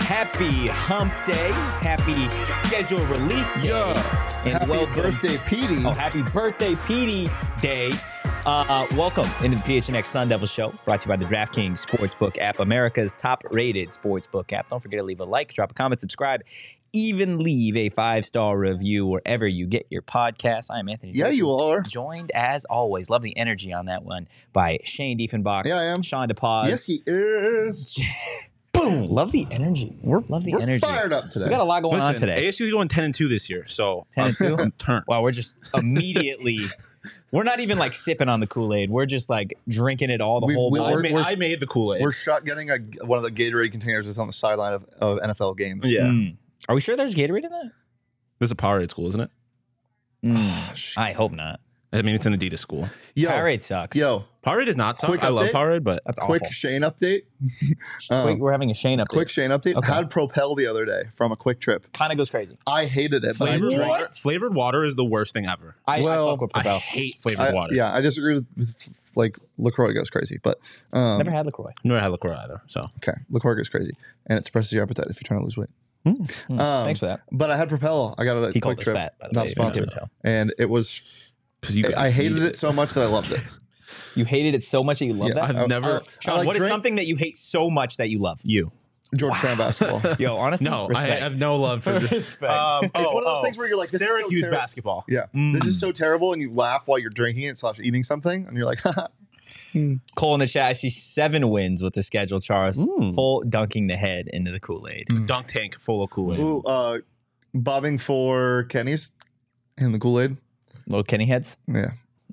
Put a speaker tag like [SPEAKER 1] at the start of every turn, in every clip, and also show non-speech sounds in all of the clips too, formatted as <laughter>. [SPEAKER 1] Happy hump day. Happy schedule release day.
[SPEAKER 2] Yeah.
[SPEAKER 1] And
[SPEAKER 2] happy
[SPEAKER 1] welcome.
[SPEAKER 2] birthday, Petey.
[SPEAKER 1] Oh, happy birthday, PD Day. Uh, uh, welcome into the PHNX Sun Devil Show, brought to you by the DraftKings Sportsbook app, America's top rated sportsbook app. Don't forget to leave a like, drop a comment, subscribe, even leave a five star review wherever you get your podcast. I am Anthony.
[SPEAKER 2] Yeah,
[SPEAKER 1] Johnson,
[SPEAKER 2] you are.
[SPEAKER 1] Joined as always, love the energy on that one by Shane Diefenbach.
[SPEAKER 2] Yeah, I am.
[SPEAKER 1] Sean DePaz.
[SPEAKER 2] Yes, he is.
[SPEAKER 1] Boom. Love the energy. We're, love the
[SPEAKER 2] We're
[SPEAKER 1] energy.
[SPEAKER 2] fired up today.
[SPEAKER 1] We got a lot going on
[SPEAKER 3] Listen,
[SPEAKER 1] today.
[SPEAKER 3] ASU's going 10 and 2 this year, so
[SPEAKER 1] 10 and 2?
[SPEAKER 3] I'm turned.
[SPEAKER 1] <laughs> Wow, we're just <laughs> immediately. we're not even like sipping on the Kool Aid. We're just like drinking it all the
[SPEAKER 2] We've-
[SPEAKER 1] whole.
[SPEAKER 2] we-
[SPEAKER 3] I,
[SPEAKER 1] bottle.
[SPEAKER 2] we're-
[SPEAKER 3] made, I made the Kool-Aid.
[SPEAKER 2] We're shotgunning a, one of the Gatorade containers that's on the sideline of, of NFL games.
[SPEAKER 3] <laughs> yeah.
[SPEAKER 1] Mm. Are we sure there's Gatorade in that?
[SPEAKER 3] This is a Powerade school, isn't it?
[SPEAKER 1] Mm. I hope not.
[SPEAKER 3] I mean, it's an Adidas school.
[SPEAKER 2] Yo,
[SPEAKER 1] Powerade sucks.
[SPEAKER 2] yo,
[SPEAKER 3] Powerade is not something.
[SPEAKER 2] Quick
[SPEAKER 3] I love
[SPEAKER 2] update.
[SPEAKER 3] Powerade, but
[SPEAKER 1] that's
[SPEAKER 2] quick
[SPEAKER 1] awful.
[SPEAKER 2] Shane update. <laughs> Um,
[SPEAKER 1] Quick,
[SPEAKER 2] quick,
[SPEAKER 1] we're having a Shane up. Quick,
[SPEAKER 2] Shane update.
[SPEAKER 1] Okay.
[SPEAKER 2] Had Propel the other day from a quick trip.
[SPEAKER 1] kind of goes crazy.
[SPEAKER 2] I hated it, but I
[SPEAKER 3] flavored
[SPEAKER 2] drank
[SPEAKER 1] What?
[SPEAKER 3] water, flavored water is the worst thing ever.
[SPEAKER 1] I, I
[SPEAKER 2] Well,
[SPEAKER 1] fuck with
[SPEAKER 3] I
[SPEAKER 1] Propel.
[SPEAKER 3] hate flavored
[SPEAKER 2] I,
[SPEAKER 3] water.
[SPEAKER 2] Yeah, I disagree with, with like Lacroix goes crazy, but um,
[SPEAKER 1] Never had Lacroix.
[SPEAKER 3] Nor had liqueur either. So
[SPEAKER 2] okay, Lacroix goes crazy, and it suppresses your appetite if you're trying to lose weight.
[SPEAKER 1] Mm.
[SPEAKER 2] Um,
[SPEAKER 1] Thanks for that.
[SPEAKER 2] But I had Propel. I got it at
[SPEAKER 1] He
[SPEAKER 2] quick
[SPEAKER 1] called us
[SPEAKER 2] trip,
[SPEAKER 1] fat. By the
[SPEAKER 2] not
[SPEAKER 1] way, if you
[SPEAKER 2] sponsored,
[SPEAKER 1] couldn't tell.
[SPEAKER 2] and it was.
[SPEAKER 3] because you,
[SPEAKER 2] I
[SPEAKER 3] guys
[SPEAKER 2] hated
[SPEAKER 3] needed
[SPEAKER 2] it so much that I loved it.
[SPEAKER 1] You hated it so much that you <laughs> love
[SPEAKER 2] Yeah.
[SPEAKER 1] that.
[SPEAKER 3] I've
[SPEAKER 2] I-
[SPEAKER 3] never.
[SPEAKER 2] I
[SPEAKER 1] Sean,
[SPEAKER 2] like
[SPEAKER 1] what is
[SPEAKER 2] drink-
[SPEAKER 1] something that you hate so much that you love?
[SPEAKER 3] you.
[SPEAKER 2] George Strand basketball.
[SPEAKER 1] Yo, honestly,
[SPEAKER 3] No, I
[SPEAKER 1] respect.
[SPEAKER 3] have um, no love for this.
[SPEAKER 1] Respect.
[SPEAKER 2] It's one of those things where you're like, this is so
[SPEAKER 3] Syracuse
[SPEAKER 2] terrible.
[SPEAKER 3] basketball.
[SPEAKER 2] <laughs> Yeah,
[SPEAKER 1] Hmm.
[SPEAKER 2] this is so terrible, and you laugh while you're drinking it slash eating something, and you're like, <laughs>
[SPEAKER 1] Cole in the chat. I see seven wins with the schedule, Charles.
[SPEAKER 3] Mm.
[SPEAKER 1] Full dunking the head into the Kool Aid.
[SPEAKER 3] <laughs> Dunk tank full of Kool-Aid.
[SPEAKER 2] "Ooh, uh, bobbing for Kenny's and the Kool Aid."
[SPEAKER 1] Little Kenny heads.
[SPEAKER 2] Yeah,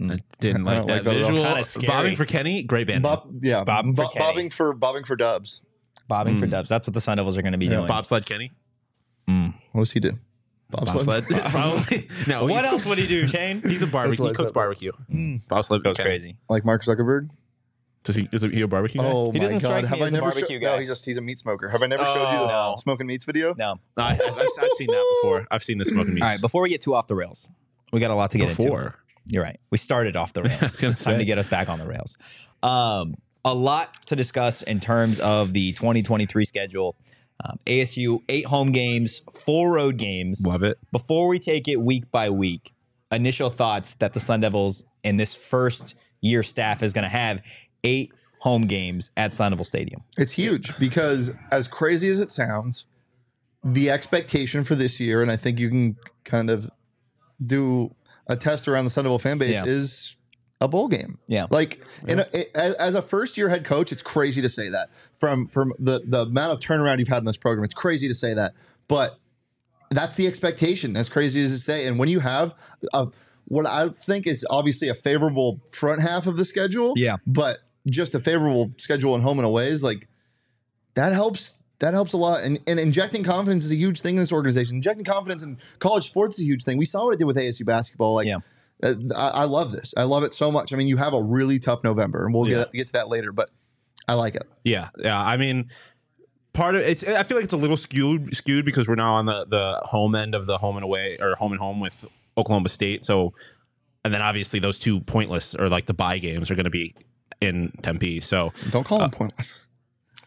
[SPEAKER 3] I didn't
[SPEAKER 2] I don't like
[SPEAKER 3] like that
[SPEAKER 2] that at all.
[SPEAKER 3] visual.
[SPEAKER 1] Kinda scary.
[SPEAKER 3] Bobbing for Kenny, great band.
[SPEAKER 2] Bob. Yeah,
[SPEAKER 1] Bobbing for Kenny.
[SPEAKER 2] bobbing for bobbing for Dubs.
[SPEAKER 1] Bobbing for
[SPEAKER 3] Mm.
[SPEAKER 1] dubs. That's what the Sun Devils are going to be doing.
[SPEAKER 3] Bobsled Kenny.
[SPEAKER 2] What does he do? Bobsled.
[SPEAKER 3] Bobsled.
[SPEAKER 1] <laughs>
[SPEAKER 3] Probably. <laughs> <laughs> No.
[SPEAKER 1] What
[SPEAKER 3] he's-
[SPEAKER 1] else would he
[SPEAKER 3] <laughs>
[SPEAKER 1] do, Shane?
[SPEAKER 3] He's a
[SPEAKER 2] That's
[SPEAKER 3] barbecue.
[SPEAKER 2] what
[SPEAKER 3] He
[SPEAKER 2] I
[SPEAKER 3] cooks
[SPEAKER 2] said.
[SPEAKER 3] barbecue. Bobsled
[SPEAKER 1] Goes
[SPEAKER 3] Kenny.
[SPEAKER 1] crazy.
[SPEAKER 2] like Mark Zuckerberg.
[SPEAKER 3] Does he? Is he a barbecue guy?
[SPEAKER 2] Oh
[SPEAKER 1] He
[SPEAKER 2] my
[SPEAKER 1] doesn't strike
[SPEAKER 2] God!
[SPEAKER 1] me
[SPEAKER 2] Have
[SPEAKER 1] as
[SPEAKER 2] I
[SPEAKER 1] a
[SPEAKER 2] never
[SPEAKER 1] barbecue
[SPEAKER 2] showed?
[SPEAKER 1] guy.
[SPEAKER 2] No, he's just he's a meat smoker. Have I never showed you the
[SPEAKER 1] Oh.
[SPEAKER 2] smoking meats video?
[SPEAKER 1] No. All
[SPEAKER 3] I, I've, I've seen that before. I've seen the smoking meats.
[SPEAKER 1] right. Before we get too off the rails, we got a lot to get into.
[SPEAKER 3] before.
[SPEAKER 1] You're right. We started <laughs> off the rails.
[SPEAKER 3] gonna
[SPEAKER 1] it's time
[SPEAKER 3] say.
[SPEAKER 1] to get us back on the rails. Um, a lot to discuss in terms of the 2023 schedule. Um, ASU eight home games, four road games.
[SPEAKER 3] Love it.
[SPEAKER 1] Before we take it week by week, initial thoughts that the Sun Devils in this first year staff is going to have eight home games at Sun Devil Stadium.
[SPEAKER 2] It's huge because, as crazy as it sounds, the expectation for this year, and I think you can kind of do a test around the Sun Devil fan base,
[SPEAKER 1] Yeah.
[SPEAKER 2] is a bowl game.
[SPEAKER 1] Yeah.
[SPEAKER 2] Like, in a, it- as, as a first year head coach, it's crazy to say that from from the the amount of turnaround you've had in this program. It's crazy to say that, but that's the expectation. As crazy as it say, and when you have a, what I think is obviously a favorable front half of the schedule,
[SPEAKER 1] Yeah.
[SPEAKER 2] but just a favorable schedule and home and away is like that helps that helps a lot and, and injecting confidence is a huge thing in this organization injecting confidence in college sports is a huge thing we saw what it did with asu basketball like
[SPEAKER 1] Yeah.
[SPEAKER 2] uh, I, I love this i love it so much i mean you have a really tough november and we'll
[SPEAKER 3] Yeah.
[SPEAKER 2] get, get to that later but i like it
[SPEAKER 3] Yeah, yeah. I mean, part of it's. I feel like it's a little skewed skewed because we're now on the the home end of the home and away or home and home with Oklahoma State. So, and then obviously those two pointless or like the bye games are going to be in Tempe. So Uh,
[SPEAKER 2] don't call him pointless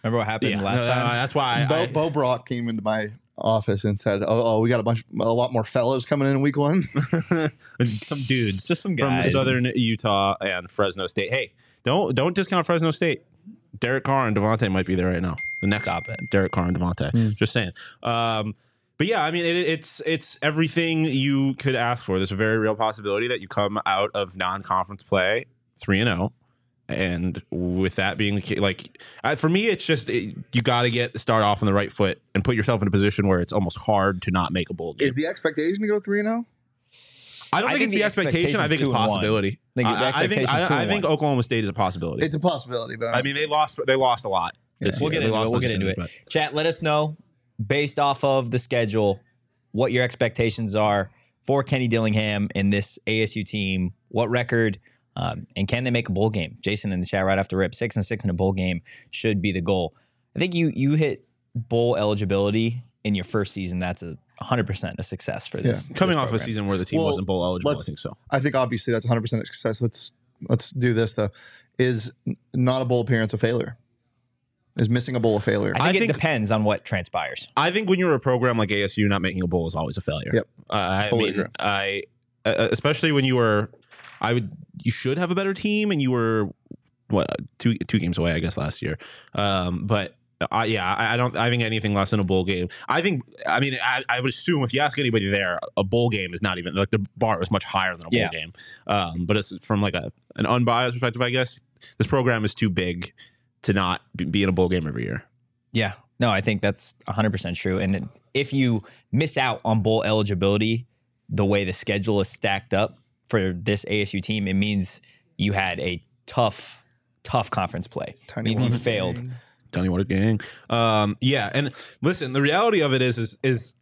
[SPEAKER 1] Remember what happened
[SPEAKER 3] yeah,
[SPEAKER 1] last
[SPEAKER 3] no, no,
[SPEAKER 1] time?
[SPEAKER 3] that's why I,
[SPEAKER 2] bo, bo brock came into my office and said, "Oh, oh we got a bunch, a lot more fellows coming in in week
[SPEAKER 3] <laughs>
[SPEAKER 2] one."
[SPEAKER 1] <laughs> Some dudes, just some
[SPEAKER 3] from
[SPEAKER 1] guys.
[SPEAKER 3] Southern Utah and Fresno State. Hey, don't don't discount Fresno State. Derek Carr and Devontae might be there right now. The next
[SPEAKER 1] Stop it. Hmm.
[SPEAKER 3] Derek Carr and Devontae. Just saying. Um, but yeah, I mean, it, it's it's everything you could ask for. There's a very real possibility that you come out of non-conference play three and zero. And with that being the case, like I, for me, it's just it, you got to get start off on the right foot and put yourself in a position where it's almost hard to not make a bowl game.
[SPEAKER 2] Is the expectation to go three and oh? zero?
[SPEAKER 3] I don't
[SPEAKER 1] I think
[SPEAKER 3] think, it's the
[SPEAKER 1] the
[SPEAKER 3] expectation. I
[SPEAKER 1] expectation's
[SPEAKER 3] think it's
[SPEAKER 1] two and one.
[SPEAKER 3] possibility.
[SPEAKER 1] I think the
[SPEAKER 3] I, I think
[SPEAKER 1] expectation's two
[SPEAKER 3] I, I
[SPEAKER 1] and
[SPEAKER 3] think
[SPEAKER 1] one.
[SPEAKER 3] Oklahoma State is a possibility.
[SPEAKER 2] It's a possibility, but
[SPEAKER 3] I mean, they lost. They lost a lot. this
[SPEAKER 1] We'll
[SPEAKER 3] year.
[SPEAKER 1] get
[SPEAKER 3] They
[SPEAKER 1] into
[SPEAKER 3] lost
[SPEAKER 1] it. We'll get into
[SPEAKER 3] those
[SPEAKER 1] it.
[SPEAKER 3] games,
[SPEAKER 1] Chat, let us know based off of the schedule what your expectations are for Kenny Dillingham and this ASU team. What record? Um, and can they make a bowl game? Jason in the chat right after rip six and six in a bowl game should be the goal. I think you you hit bowl eligibility in your first season. That's a hundred percent a success for this.
[SPEAKER 3] but Coming
[SPEAKER 1] this
[SPEAKER 3] off a
[SPEAKER 1] program.
[SPEAKER 3] season where the team
[SPEAKER 2] Well,
[SPEAKER 3] wasn't bowl eligible, I
[SPEAKER 2] let's-
[SPEAKER 3] think so.
[SPEAKER 2] I think obviously that's 100 percent success. Let's let's do this though. Is n- not a bowl appearance a failure? Is missing a bowl a failure?
[SPEAKER 1] I think,
[SPEAKER 3] I
[SPEAKER 1] it
[SPEAKER 3] think-
[SPEAKER 1] depends on what transpires.
[SPEAKER 3] I think when you're a program like ASU, not making a bowl is always a failure.
[SPEAKER 2] Yep.
[SPEAKER 3] Uh, I
[SPEAKER 2] Totally
[SPEAKER 3] mean,
[SPEAKER 2] agree.
[SPEAKER 3] I uh, especially when you were, I would you should have a better team, and you were what two two games away, I guess, last year. Um, but I, yeah, I, I don't. I think anything less than a bowl game. I think. I mean, I, I would assume if you ask anybody there, a bowl game is not even like the bar is much higher than a bowl
[SPEAKER 1] Yeah.
[SPEAKER 3] game. Um, but it's from like a an unbiased perspective, I guess. This program is too big to not be- be in a bowl game every year.
[SPEAKER 1] Yeah. No, I think that's 100% true. And it- if you miss out on bowl eligibility the way the schedule is stacked up for this ASU team, it means you had a tough, tough conference play.
[SPEAKER 2] Tiny
[SPEAKER 1] Means you
[SPEAKER 2] one.
[SPEAKER 1] failed.
[SPEAKER 3] Tony Water gang. Um, yeah, and listen, the reality of it is, is, is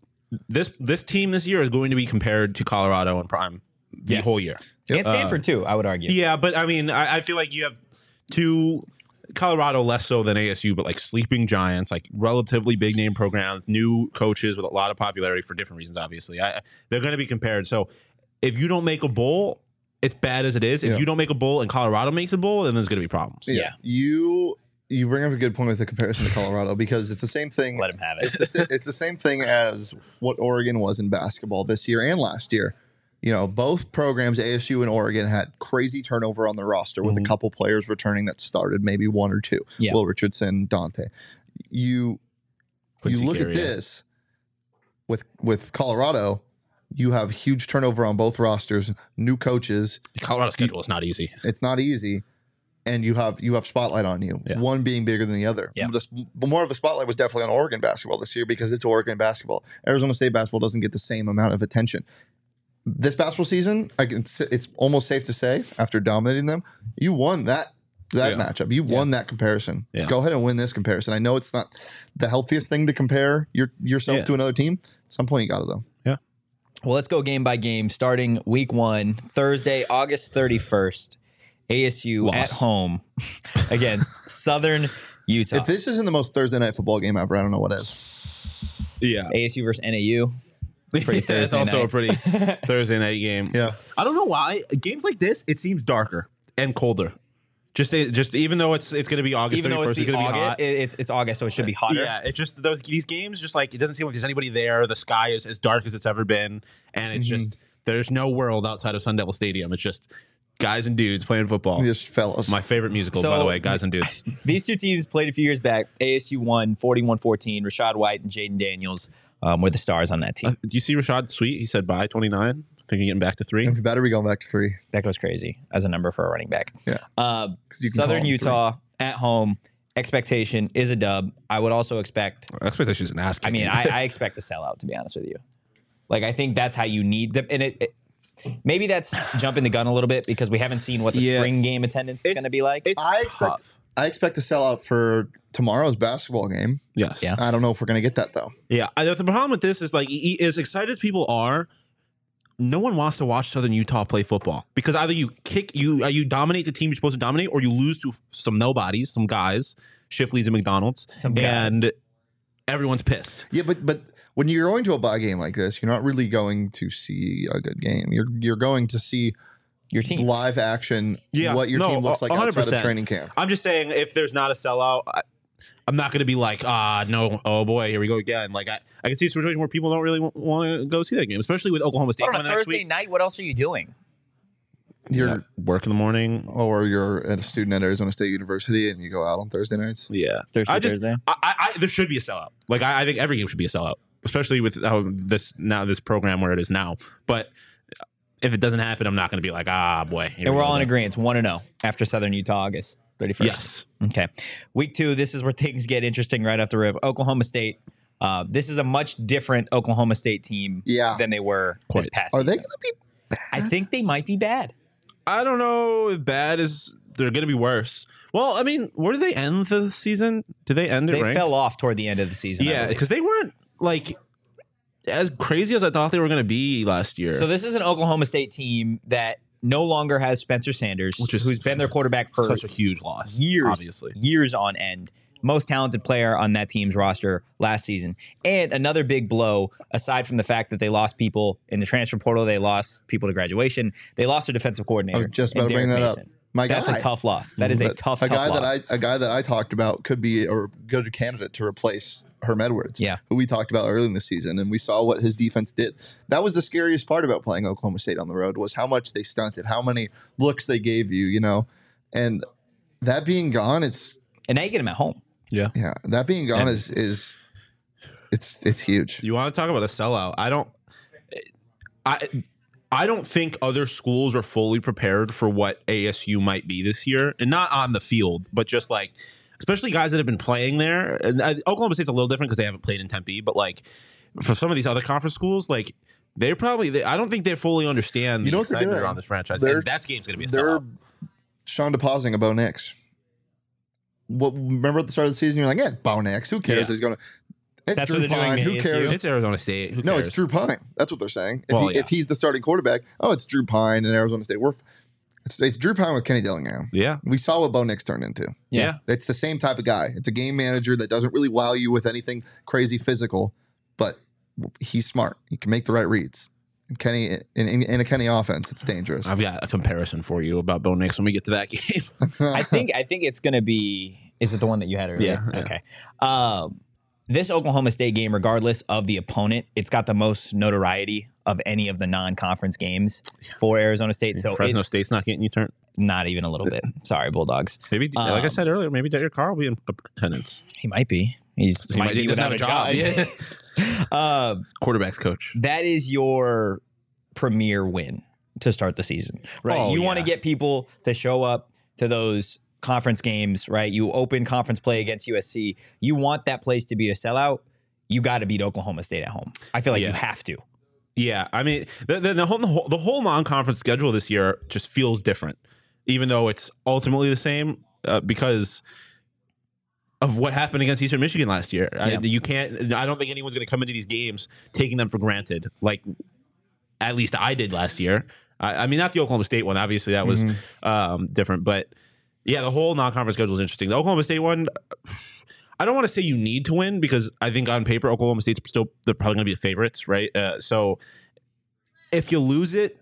[SPEAKER 3] this this team this year is going to be compared to Colorado and Prime the
[SPEAKER 1] Yes.
[SPEAKER 3] whole year.
[SPEAKER 1] And Stanford, too, I would argue.
[SPEAKER 3] Yeah, but I mean, I, I feel like you have two Colorado less so than ASU, but like sleeping giants, like relatively big name programs, new coaches with a lot of popularity for different reasons. Obviously, I, I- they're going to be compared. So if you don't make a bowl, it's bad as it is. If
[SPEAKER 2] Yeah.
[SPEAKER 3] you don't make a bowl and Colorado makes a bowl, then there's going to be problems.
[SPEAKER 1] Yeah.
[SPEAKER 2] You you bring up a good point with the comparison to Colorado because it's the same thing.
[SPEAKER 1] Let him have
[SPEAKER 2] it's
[SPEAKER 1] it.
[SPEAKER 2] the, sa- it's the same thing as what Oregon was in basketball this year and last year. You know, both programs, ASU and Oregon, had crazy turnover on the roster with a couple players returning that started, maybe one or two.
[SPEAKER 1] Mm-hmm. Yeah.
[SPEAKER 2] Will Richardson, Dante. You
[SPEAKER 3] Quincy
[SPEAKER 2] you look
[SPEAKER 3] Carrier.
[SPEAKER 2] at this with with Colorado, you have huge turnover on both rosters, new coaches.
[SPEAKER 3] Colorado schedule is not easy.
[SPEAKER 2] It's not easy, and you have you have spotlight on you.
[SPEAKER 3] Yeah.
[SPEAKER 2] One being bigger than the other.
[SPEAKER 1] Yeah.
[SPEAKER 2] The s- but more of the spotlight was definitely on Oregon basketball this year because it's Oregon basketball. Arizona State basketball doesn't get the same amount of attention. This basketball season, I can, s- it's almost safe to say after dominating them, you won that that
[SPEAKER 3] Yeah.
[SPEAKER 2] matchup. You won that comparison.
[SPEAKER 3] Yeah.
[SPEAKER 2] Go ahead and win this comparison. I know it's not the healthiest thing to compare your yourself
[SPEAKER 3] Yeah.
[SPEAKER 2] to another team. At some point, you got to though.
[SPEAKER 1] Well, let's go game by game, starting week one, Thursday, August 31st. ASU
[SPEAKER 3] Loss.
[SPEAKER 1] at
[SPEAKER 3] <laughs>
[SPEAKER 1] home against Southern Utah.
[SPEAKER 2] If this isn't the most Thursday night football game ever, I don't know what is.
[SPEAKER 3] Yeah.
[SPEAKER 1] ASU versus NAU. Pretty
[SPEAKER 3] <laughs> Yeah, It's
[SPEAKER 1] Thursday
[SPEAKER 3] also a
[SPEAKER 1] night.
[SPEAKER 3] pretty <laughs> Thursday night game.
[SPEAKER 2] Yeah.
[SPEAKER 3] I don't know why games like this it seems darker and colder. Just just even though it's it's going to be August
[SPEAKER 1] Even though
[SPEAKER 3] 31st,
[SPEAKER 1] it's,
[SPEAKER 3] it's,
[SPEAKER 1] the
[SPEAKER 3] going to be
[SPEAKER 1] August,
[SPEAKER 3] hot.
[SPEAKER 1] it- it's, it's August, so it should be hotter.
[SPEAKER 3] yeah, it's just those these games just like it doesn't seem like there's anybody there. The sky is as dark as it's ever been and it's
[SPEAKER 2] Mm-hmm.
[SPEAKER 3] just there's no world outside of Sun Devil Stadium. It's just guys and dudes playing football.
[SPEAKER 2] Just fellas.
[SPEAKER 3] oh. My favorite musical by
[SPEAKER 1] So-
[SPEAKER 3] the way, guys and <laughs> dudes.
[SPEAKER 1] These two teams played a few years back. ASU won 41 14. Rashad White and Jaden Daniels um, were the stars on that team.
[SPEAKER 3] Do you see Rashad Sweet? He said bye 29. Think you're getting back to 3.
[SPEAKER 2] You better be going back to three.
[SPEAKER 1] that goes crazy as a number for a running back.
[SPEAKER 2] Yeah.
[SPEAKER 1] Uh,
[SPEAKER 2] 'Cause you can call
[SPEAKER 1] Southern
[SPEAKER 2] them three.
[SPEAKER 1] Utah at home. Expectation is a dub. I would also expect,
[SPEAKER 3] Expectations and asking.
[SPEAKER 1] I mean,
[SPEAKER 3] <laughs>
[SPEAKER 1] I, I expect a sellout, to be honest with you. Like, I think that's how you need the, and it, it- maybe that's jumping the gun a little bit because we haven't seen what the
[SPEAKER 3] Yeah.
[SPEAKER 1] spring game attendance is
[SPEAKER 3] It's-
[SPEAKER 1] going to be like.
[SPEAKER 3] it's
[SPEAKER 2] I expect-
[SPEAKER 3] tough.
[SPEAKER 2] I expect to sell out for tomorrow's basketball game.
[SPEAKER 3] Yes.
[SPEAKER 1] Yeah.
[SPEAKER 2] I don't know if we're going to get that though.
[SPEAKER 3] Yeah, I, the problem with this is like, e- as excited as people are, no one wants to watch Southern Utah play football because either you kick you uh, you dominate the team you're supposed to dominate, or you lose to some nobodies, some guys, Shifley's and McDonald's,
[SPEAKER 1] Some guys.
[SPEAKER 3] and everyone's pissed.
[SPEAKER 2] Yeah, but but when you're going to a bye game like this, you're not really going to see a good game. You're you're going to see
[SPEAKER 1] Your team.
[SPEAKER 2] live action.
[SPEAKER 3] Yeah,
[SPEAKER 2] what your
[SPEAKER 3] no,
[SPEAKER 2] team looks like outside of
[SPEAKER 3] 100%.
[SPEAKER 2] training camp.
[SPEAKER 3] I'm just saying, if there's not a sellout, I, I'm not going to be like, ah, no, oh boy, here we go again. Like I, I can see a situation where people don't really want to go see that game, especially with Oklahoma State.
[SPEAKER 1] But on a
[SPEAKER 3] coming next
[SPEAKER 1] Thursday
[SPEAKER 3] week.
[SPEAKER 1] night, what else are you doing?
[SPEAKER 2] You're
[SPEAKER 3] Yeah, work in the morning.
[SPEAKER 2] or you're at a student at Arizona State University and you go out on Thursday nights.
[SPEAKER 3] Yeah,
[SPEAKER 1] Thursday,
[SPEAKER 3] I just,
[SPEAKER 1] Thursday?
[SPEAKER 3] I, I, I, there should be a sellout. Like I, I think every game should be a sellout, especially with how this now this program where it is now. But if it doesn't happen, I'm not going to be like, ah, boy.
[SPEAKER 1] And
[SPEAKER 3] here we
[SPEAKER 1] we're
[SPEAKER 3] go
[SPEAKER 1] all in
[SPEAKER 3] again.
[SPEAKER 1] agreement. One and zero after Southern Utah, August thirty first.
[SPEAKER 3] Yes.
[SPEAKER 1] Okay. Week two. This is where things get interesting right off the rip. Oklahoma State. Uh, this is a much different Oklahoma State team
[SPEAKER 2] Yeah.
[SPEAKER 1] than they were this
[SPEAKER 3] Quite.
[SPEAKER 1] past.
[SPEAKER 2] Are they
[SPEAKER 1] season.
[SPEAKER 2] going to be?
[SPEAKER 1] I think they might be bad.
[SPEAKER 3] I don't know if bad is they're going to be worse. Well, I mean, where do they end the season? Did they end it
[SPEAKER 1] They
[SPEAKER 3] ranked?
[SPEAKER 1] fell off toward the end of the season. I
[SPEAKER 3] Yeah,
[SPEAKER 1] believe.
[SPEAKER 3] because they weren't like as crazy as I thought they were going to be last year.
[SPEAKER 1] So this is an Oklahoma State team that no longer has Spencer Sanders,
[SPEAKER 3] Which is
[SPEAKER 1] who's been their quarterback for
[SPEAKER 3] such a huge loss.
[SPEAKER 1] years,
[SPEAKER 3] obviously.
[SPEAKER 1] years on end. Most talented player on that team's roster last season. And another big blow, aside from the fact that they lost people in the transfer portal, they lost people to graduation, they lost their defensive
[SPEAKER 2] I
[SPEAKER 1] coordinator.
[SPEAKER 2] was just
[SPEAKER 1] and
[SPEAKER 2] about to bring
[SPEAKER 1] Derek
[SPEAKER 2] that up.
[SPEAKER 1] Mason.
[SPEAKER 2] My
[SPEAKER 1] That's
[SPEAKER 2] guy.
[SPEAKER 1] a tough loss. That is a
[SPEAKER 2] But
[SPEAKER 1] tough,
[SPEAKER 2] a
[SPEAKER 1] tough
[SPEAKER 2] guy
[SPEAKER 1] loss.
[SPEAKER 2] that I a guy that I talked about could be a good candidate to replace Herm Edwards,
[SPEAKER 1] Yeah.
[SPEAKER 2] who we talked about early in the season, and we saw what his defense did. That was the scariest part about playing Oklahoma State on the road was how much they stunted, how many looks they gave you, you know, and that being gone, it's
[SPEAKER 1] and now you get him at home.
[SPEAKER 2] yeah, that being gone
[SPEAKER 3] And-
[SPEAKER 2] is is it's it's huge.
[SPEAKER 3] You want to talk about a sellout? I don't. I. I don't think other schools are fully prepared for what ASU might be this year, and not on the field, but just like, especially guys that have been playing there. And uh, Oklahoma State's a little different because they haven't played in Tempe, but like for some of these other conference schools, like they probably, they, I don't think they fully understand
[SPEAKER 2] You know
[SPEAKER 3] the
[SPEAKER 2] what they're
[SPEAKER 3] excitement
[SPEAKER 2] doing?
[SPEAKER 3] around this franchise.
[SPEAKER 2] They're-
[SPEAKER 3] and that game's going to be a
[SPEAKER 2] They're
[SPEAKER 3] sellout.
[SPEAKER 2] Sean DePausing about Nix. What remember at the start of the season, you're like, yeah, Bo Nix. Who cares?
[SPEAKER 3] Yeah.
[SPEAKER 2] He's gonna. It's
[SPEAKER 1] That's
[SPEAKER 2] Drew
[SPEAKER 1] what they're doing
[SPEAKER 2] Pine.
[SPEAKER 1] to
[SPEAKER 2] Who
[SPEAKER 1] ASU.
[SPEAKER 2] cares?
[SPEAKER 3] It's Arizona State. Who
[SPEAKER 2] No, it's
[SPEAKER 3] cares?
[SPEAKER 2] Drew Pine. That's what they're saying. If,
[SPEAKER 3] Well,
[SPEAKER 2] he,
[SPEAKER 3] yeah.
[SPEAKER 2] if he's the starting quarterback, oh, it's Drew Pine and Arizona State. We're it's, it's Drew Pine with Kenny Dillingham.
[SPEAKER 3] Yeah.
[SPEAKER 2] We saw what Bo Nix turned into.
[SPEAKER 1] Yeah.
[SPEAKER 2] It's the same type of guy. It's a game manager that doesn't really wow you with anything crazy physical, but he's smart. He can make the right reads. And Kenny in, in, in a Kenny offense, it's <laughs> dangerous.
[SPEAKER 3] I've got a comparison for you about Bo Nix when we get to that <laughs> game.
[SPEAKER 1] I think I think it's gonna be. Is it the one that you had earlier?
[SPEAKER 3] Yeah, yeah.
[SPEAKER 1] Okay. Um, this Oklahoma State game, regardless of the opponent, it's got the most notoriety of any of the non-conference games for Arizona State. So
[SPEAKER 3] Fresno
[SPEAKER 1] it's
[SPEAKER 3] State's not getting you turned.
[SPEAKER 1] not even a little
[SPEAKER 2] <laughs>
[SPEAKER 1] bit. Sorry, Bulldogs.
[SPEAKER 3] Maybe, like I
[SPEAKER 1] Um,
[SPEAKER 3] said earlier, maybe Derek Carr will be in attendance.
[SPEAKER 1] He might be. He's
[SPEAKER 3] He
[SPEAKER 1] might,
[SPEAKER 3] might-
[SPEAKER 1] be
[SPEAKER 3] he doesn't
[SPEAKER 1] without a job.
[SPEAKER 3] Yeah.
[SPEAKER 1] <laughs> Uh,
[SPEAKER 3] Quarterbacks coach.
[SPEAKER 1] that is your premier win to start the season, right?
[SPEAKER 3] Oh,
[SPEAKER 1] you want to
[SPEAKER 3] yeah.
[SPEAKER 1] get people to show up to those conference games, right? You open conference play against USC. You want that place to be a sellout. You got to beat Oklahoma State at home. I feel like you
[SPEAKER 3] Yeah.
[SPEAKER 1] have to.
[SPEAKER 3] Yeah, I mean, the, the, the whole the whole, the whole non conference schedule this year just feels different, even though it's ultimately the same uh, because of what happened against Eastern Michigan last year.
[SPEAKER 1] Yeah.
[SPEAKER 3] I, you can't. I don't think anyone's going to come into these games taking them for granted. Like at least I did last year. I, I mean, not the Oklahoma State one. Obviously, that was
[SPEAKER 2] Mm-hmm.
[SPEAKER 3] um, different, but yeah, the whole non-conference schedule is interesting. The Oklahoma State one, I don't want to say you need to win because I think on paper Oklahoma State's still they're probably going to be the favorites, right? Uh, so if you lose it,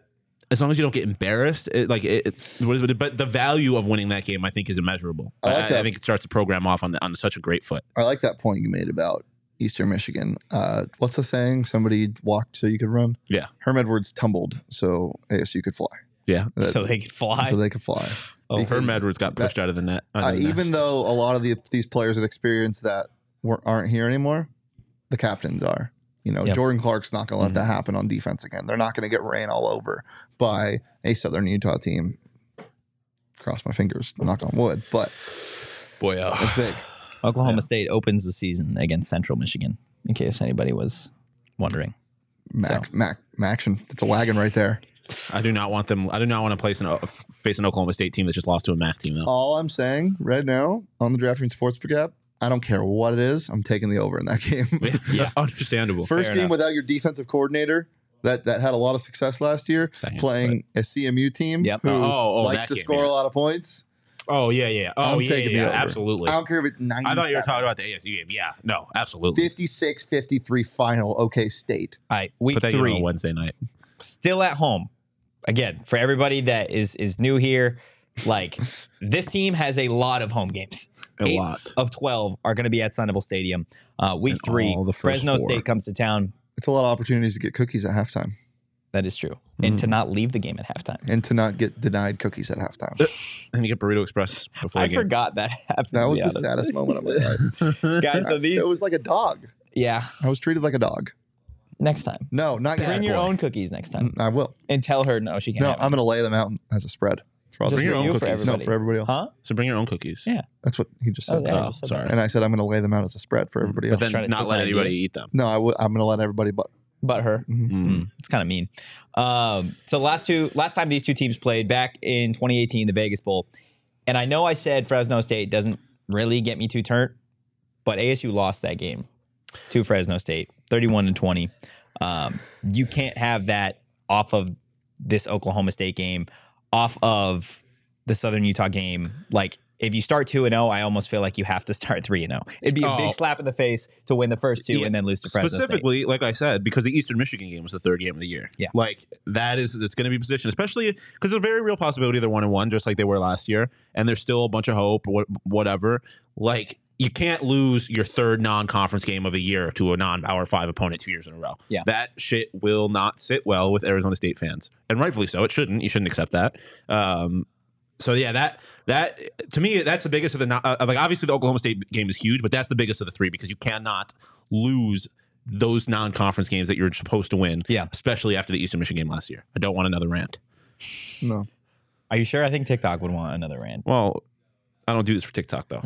[SPEAKER 3] as long as you don't get embarrassed, it, like it, it's what is it? But the value of winning that game, I think, is immeasurable.
[SPEAKER 2] I like that.
[SPEAKER 3] think it starts the program off on on such a great foot.
[SPEAKER 2] I like that point you made about Eastern Michigan. Uh, what's the saying? Somebody walked so you could run.
[SPEAKER 3] Yeah.
[SPEAKER 2] Herm Edwards tumbled so ASU could fly.
[SPEAKER 3] Yeah,
[SPEAKER 2] That-
[SPEAKER 1] <laughs> so they can fly.
[SPEAKER 2] so they could fly.
[SPEAKER 1] Oh,
[SPEAKER 2] Because-
[SPEAKER 3] Herm Edwards got pushed out of the net. out
[SPEAKER 2] Uh,
[SPEAKER 3] of the
[SPEAKER 2] even
[SPEAKER 3] nest.
[SPEAKER 2] though a lot of the, these players that experience that were, aren't here anymore, the captains are. You know,
[SPEAKER 1] Yep.
[SPEAKER 2] Jordan Clark's not going to let that happen on defense again. They're not going to get ran all over by a Southern Utah team. Cross my fingers, knock on wood, but
[SPEAKER 3] boy, oh.
[SPEAKER 2] it's big.
[SPEAKER 1] Oklahoma State opens the season against Central Michigan, in case anybody was wondering.
[SPEAKER 2] Mac, Mac, Maction. It's a wagon right there.
[SPEAKER 3] I do not want them. I do not want to place an, face an Oklahoma State team that just lost to a MAC team. Though.
[SPEAKER 2] All I'm saying right now on the drafting sports app, I don't care what it is. I'm taking the over in that <laughs> game.
[SPEAKER 3] <laughs> yeah, understandable.
[SPEAKER 2] First
[SPEAKER 1] fair
[SPEAKER 2] game
[SPEAKER 1] enough.
[SPEAKER 2] without your defensive coordinator that that had a lot of success last year,
[SPEAKER 3] Second,
[SPEAKER 2] playing a CMU team
[SPEAKER 1] Yep.
[SPEAKER 2] who
[SPEAKER 3] Oh, oh,
[SPEAKER 2] likes
[SPEAKER 3] that
[SPEAKER 2] to
[SPEAKER 3] game,
[SPEAKER 2] score
[SPEAKER 3] yeah.
[SPEAKER 2] a lot of points.
[SPEAKER 3] Oh yeah, yeah. Oh
[SPEAKER 2] I'm
[SPEAKER 3] yeah,
[SPEAKER 2] taking
[SPEAKER 3] yeah,
[SPEAKER 2] the
[SPEAKER 3] yeah,
[SPEAKER 2] over.
[SPEAKER 3] absolutely.
[SPEAKER 2] I don't care if it's 97,
[SPEAKER 3] I thought you were talking about the ASU game. Yeah, no, absolutely.
[SPEAKER 2] 56 53 final OK State.
[SPEAKER 1] All right, week
[SPEAKER 3] Put that game on
[SPEAKER 1] three.
[SPEAKER 3] a Wednesday night.
[SPEAKER 1] still at home. Again, for everybody that is is new here, Like this team has a lot of home games.
[SPEAKER 3] A
[SPEAKER 1] Eight
[SPEAKER 3] lot.
[SPEAKER 1] of twelve are going to be at Sun Devil Stadium. Uh, week
[SPEAKER 3] And
[SPEAKER 1] three,
[SPEAKER 3] all the first
[SPEAKER 1] Fresno
[SPEAKER 3] four.
[SPEAKER 1] State comes to town.
[SPEAKER 2] It's a lot of opportunities to get cookies at halftime
[SPEAKER 1] That is true, and to not leave the game at halftime.
[SPEAKER 2] and to not get denied cookies at halftime.
[SPEAKER 3] Uh, And you get Burrito Express before
[SPEAKER 1] I
[SPEAKER 3] the game.
[SPEAKER 1] forgot that <laughs> happened.
[SPEAKER 2] That
[SPEAKER 1] to be
[SPEAKER 2] was the
[SPEAKER 1] honest. <laughs>
[SPEAKER 2] saddest
[SPEAKER 3] <laughs>
[SPEAKER 2] moment of my life.
[SPEAKER 1] Guys, so
[SPEAKER 2] <laughs>
[SPEAKER 1] these,
[SPEAKER 2] It was like a dog.
[SPEAKER 1] yeah.
[SPEAKER 2] I was treated like a dog.
[SPEAKER 1] Next time,
[SPEAKER 2] No, not
[SPEAKER 1] bring
[SPEAKER 2] yet.
[SPEAKER 1] your own cookies next time,
[SPEAKER 2] I will.
[SPEAKER 1] and tell her no, she can't.
[SPEAKER 2] Hmm. No,
[SPEAKER 1] have it.
[SPEAKER 2] I'm gonna lay them out as a spread for all
[SPEAKER 1] Just
[SPEAKER 2] the
[SPEAKER 3] Bring your
[SPEAKER 1] for
[SPEAKER 3] own
[SPEAKER 1] you, for
[SPEAKER 3] cookies.
[SPEAKER 2] no
[SPEAKER 1] everybody.
[SPEAKER 2] for everybody else.
[SPEAKER 1] Huh?
[SPEAKER 3] So bring your own cookies.
[SPEAKER 1] Yeah.
[SPEAKER 2] That's what he just
[SPEAKER 1] Oh,
[SPEAKER 2] said.
[SPEAKER 1] yeah,
[SPEAKER 3] Oh,
[SPEAKER 1] you said
[SPEAKER 3] sorry.
[SPEAKER 1] that.
[SPEAKER 2] And I said I'm gonna lay them out as a spread for everybody else.
[SPEAKER 3] But
[SPEAKER 1] trying to
[SPEAKER 3] then not
[SPEAKER 1] flip
[SPEAKER 3] let
[SPEAKER 1] my idea.
[SPEAKER 3] anybody eat them.
[SPEAKER 2] no, i w- I'm gonna let everybody. But
[SPEAKER 1] But her. Mm, it's kind of mean. Um, so last two, last time these two teams played back in 2018, the Vegas Bowl, and I know I said Fresno State doesn't really get me too turnt, but ASU lost that game to Fresno State, 31 to 20. Um, you can't have that off of this Oklahoma State game, off of the Southern Utah game. Like if you start two and zero, I almost feel like you have to start <laughs> three and zero. It'd be a
[SPEAKER 3] Oh.
[SPEAKER 1] big slap in the face to win the first two
[SPEAKER 3] Yeah.
[SPEAKER 1] and then lose to Fresno State.
[SPEAKER 3] specifically like i said because the eastern michigan game was the third game of the year
[SPEAKER 1] Yeah.
[SPEAKER 3] like that is it's going to be positioned especially because there's a very real possibility they're one and one just like they were last year and there's still a bunch of hope wha- whatever like you can't lose your third non-conference game of the year to a non-power five opponent two years in a row
[SPEAKER 1] Yeah.
[SPEAKER 3] that shit will not sit well with arizona state fans and rightfully so it shouldn't you shouldn't accept that um so yeah, that that to me that's the biggest of the not, uh, like obviously the Oklahoma State game is huge, but that's the biggest of the three because you cannot lose those non-conference games that you're supposed to win.
[SPEAKER 1] Yeah.
[SPEAKER 3] especially after the Eastern Michigan game last year. I don't want another rant.
[SPEAKER 2] no,
[SPEAKER 1] Are you sure? I think TikTok would want another rant.
[SPEAKER 3] Well, I don't do this for TikTok though.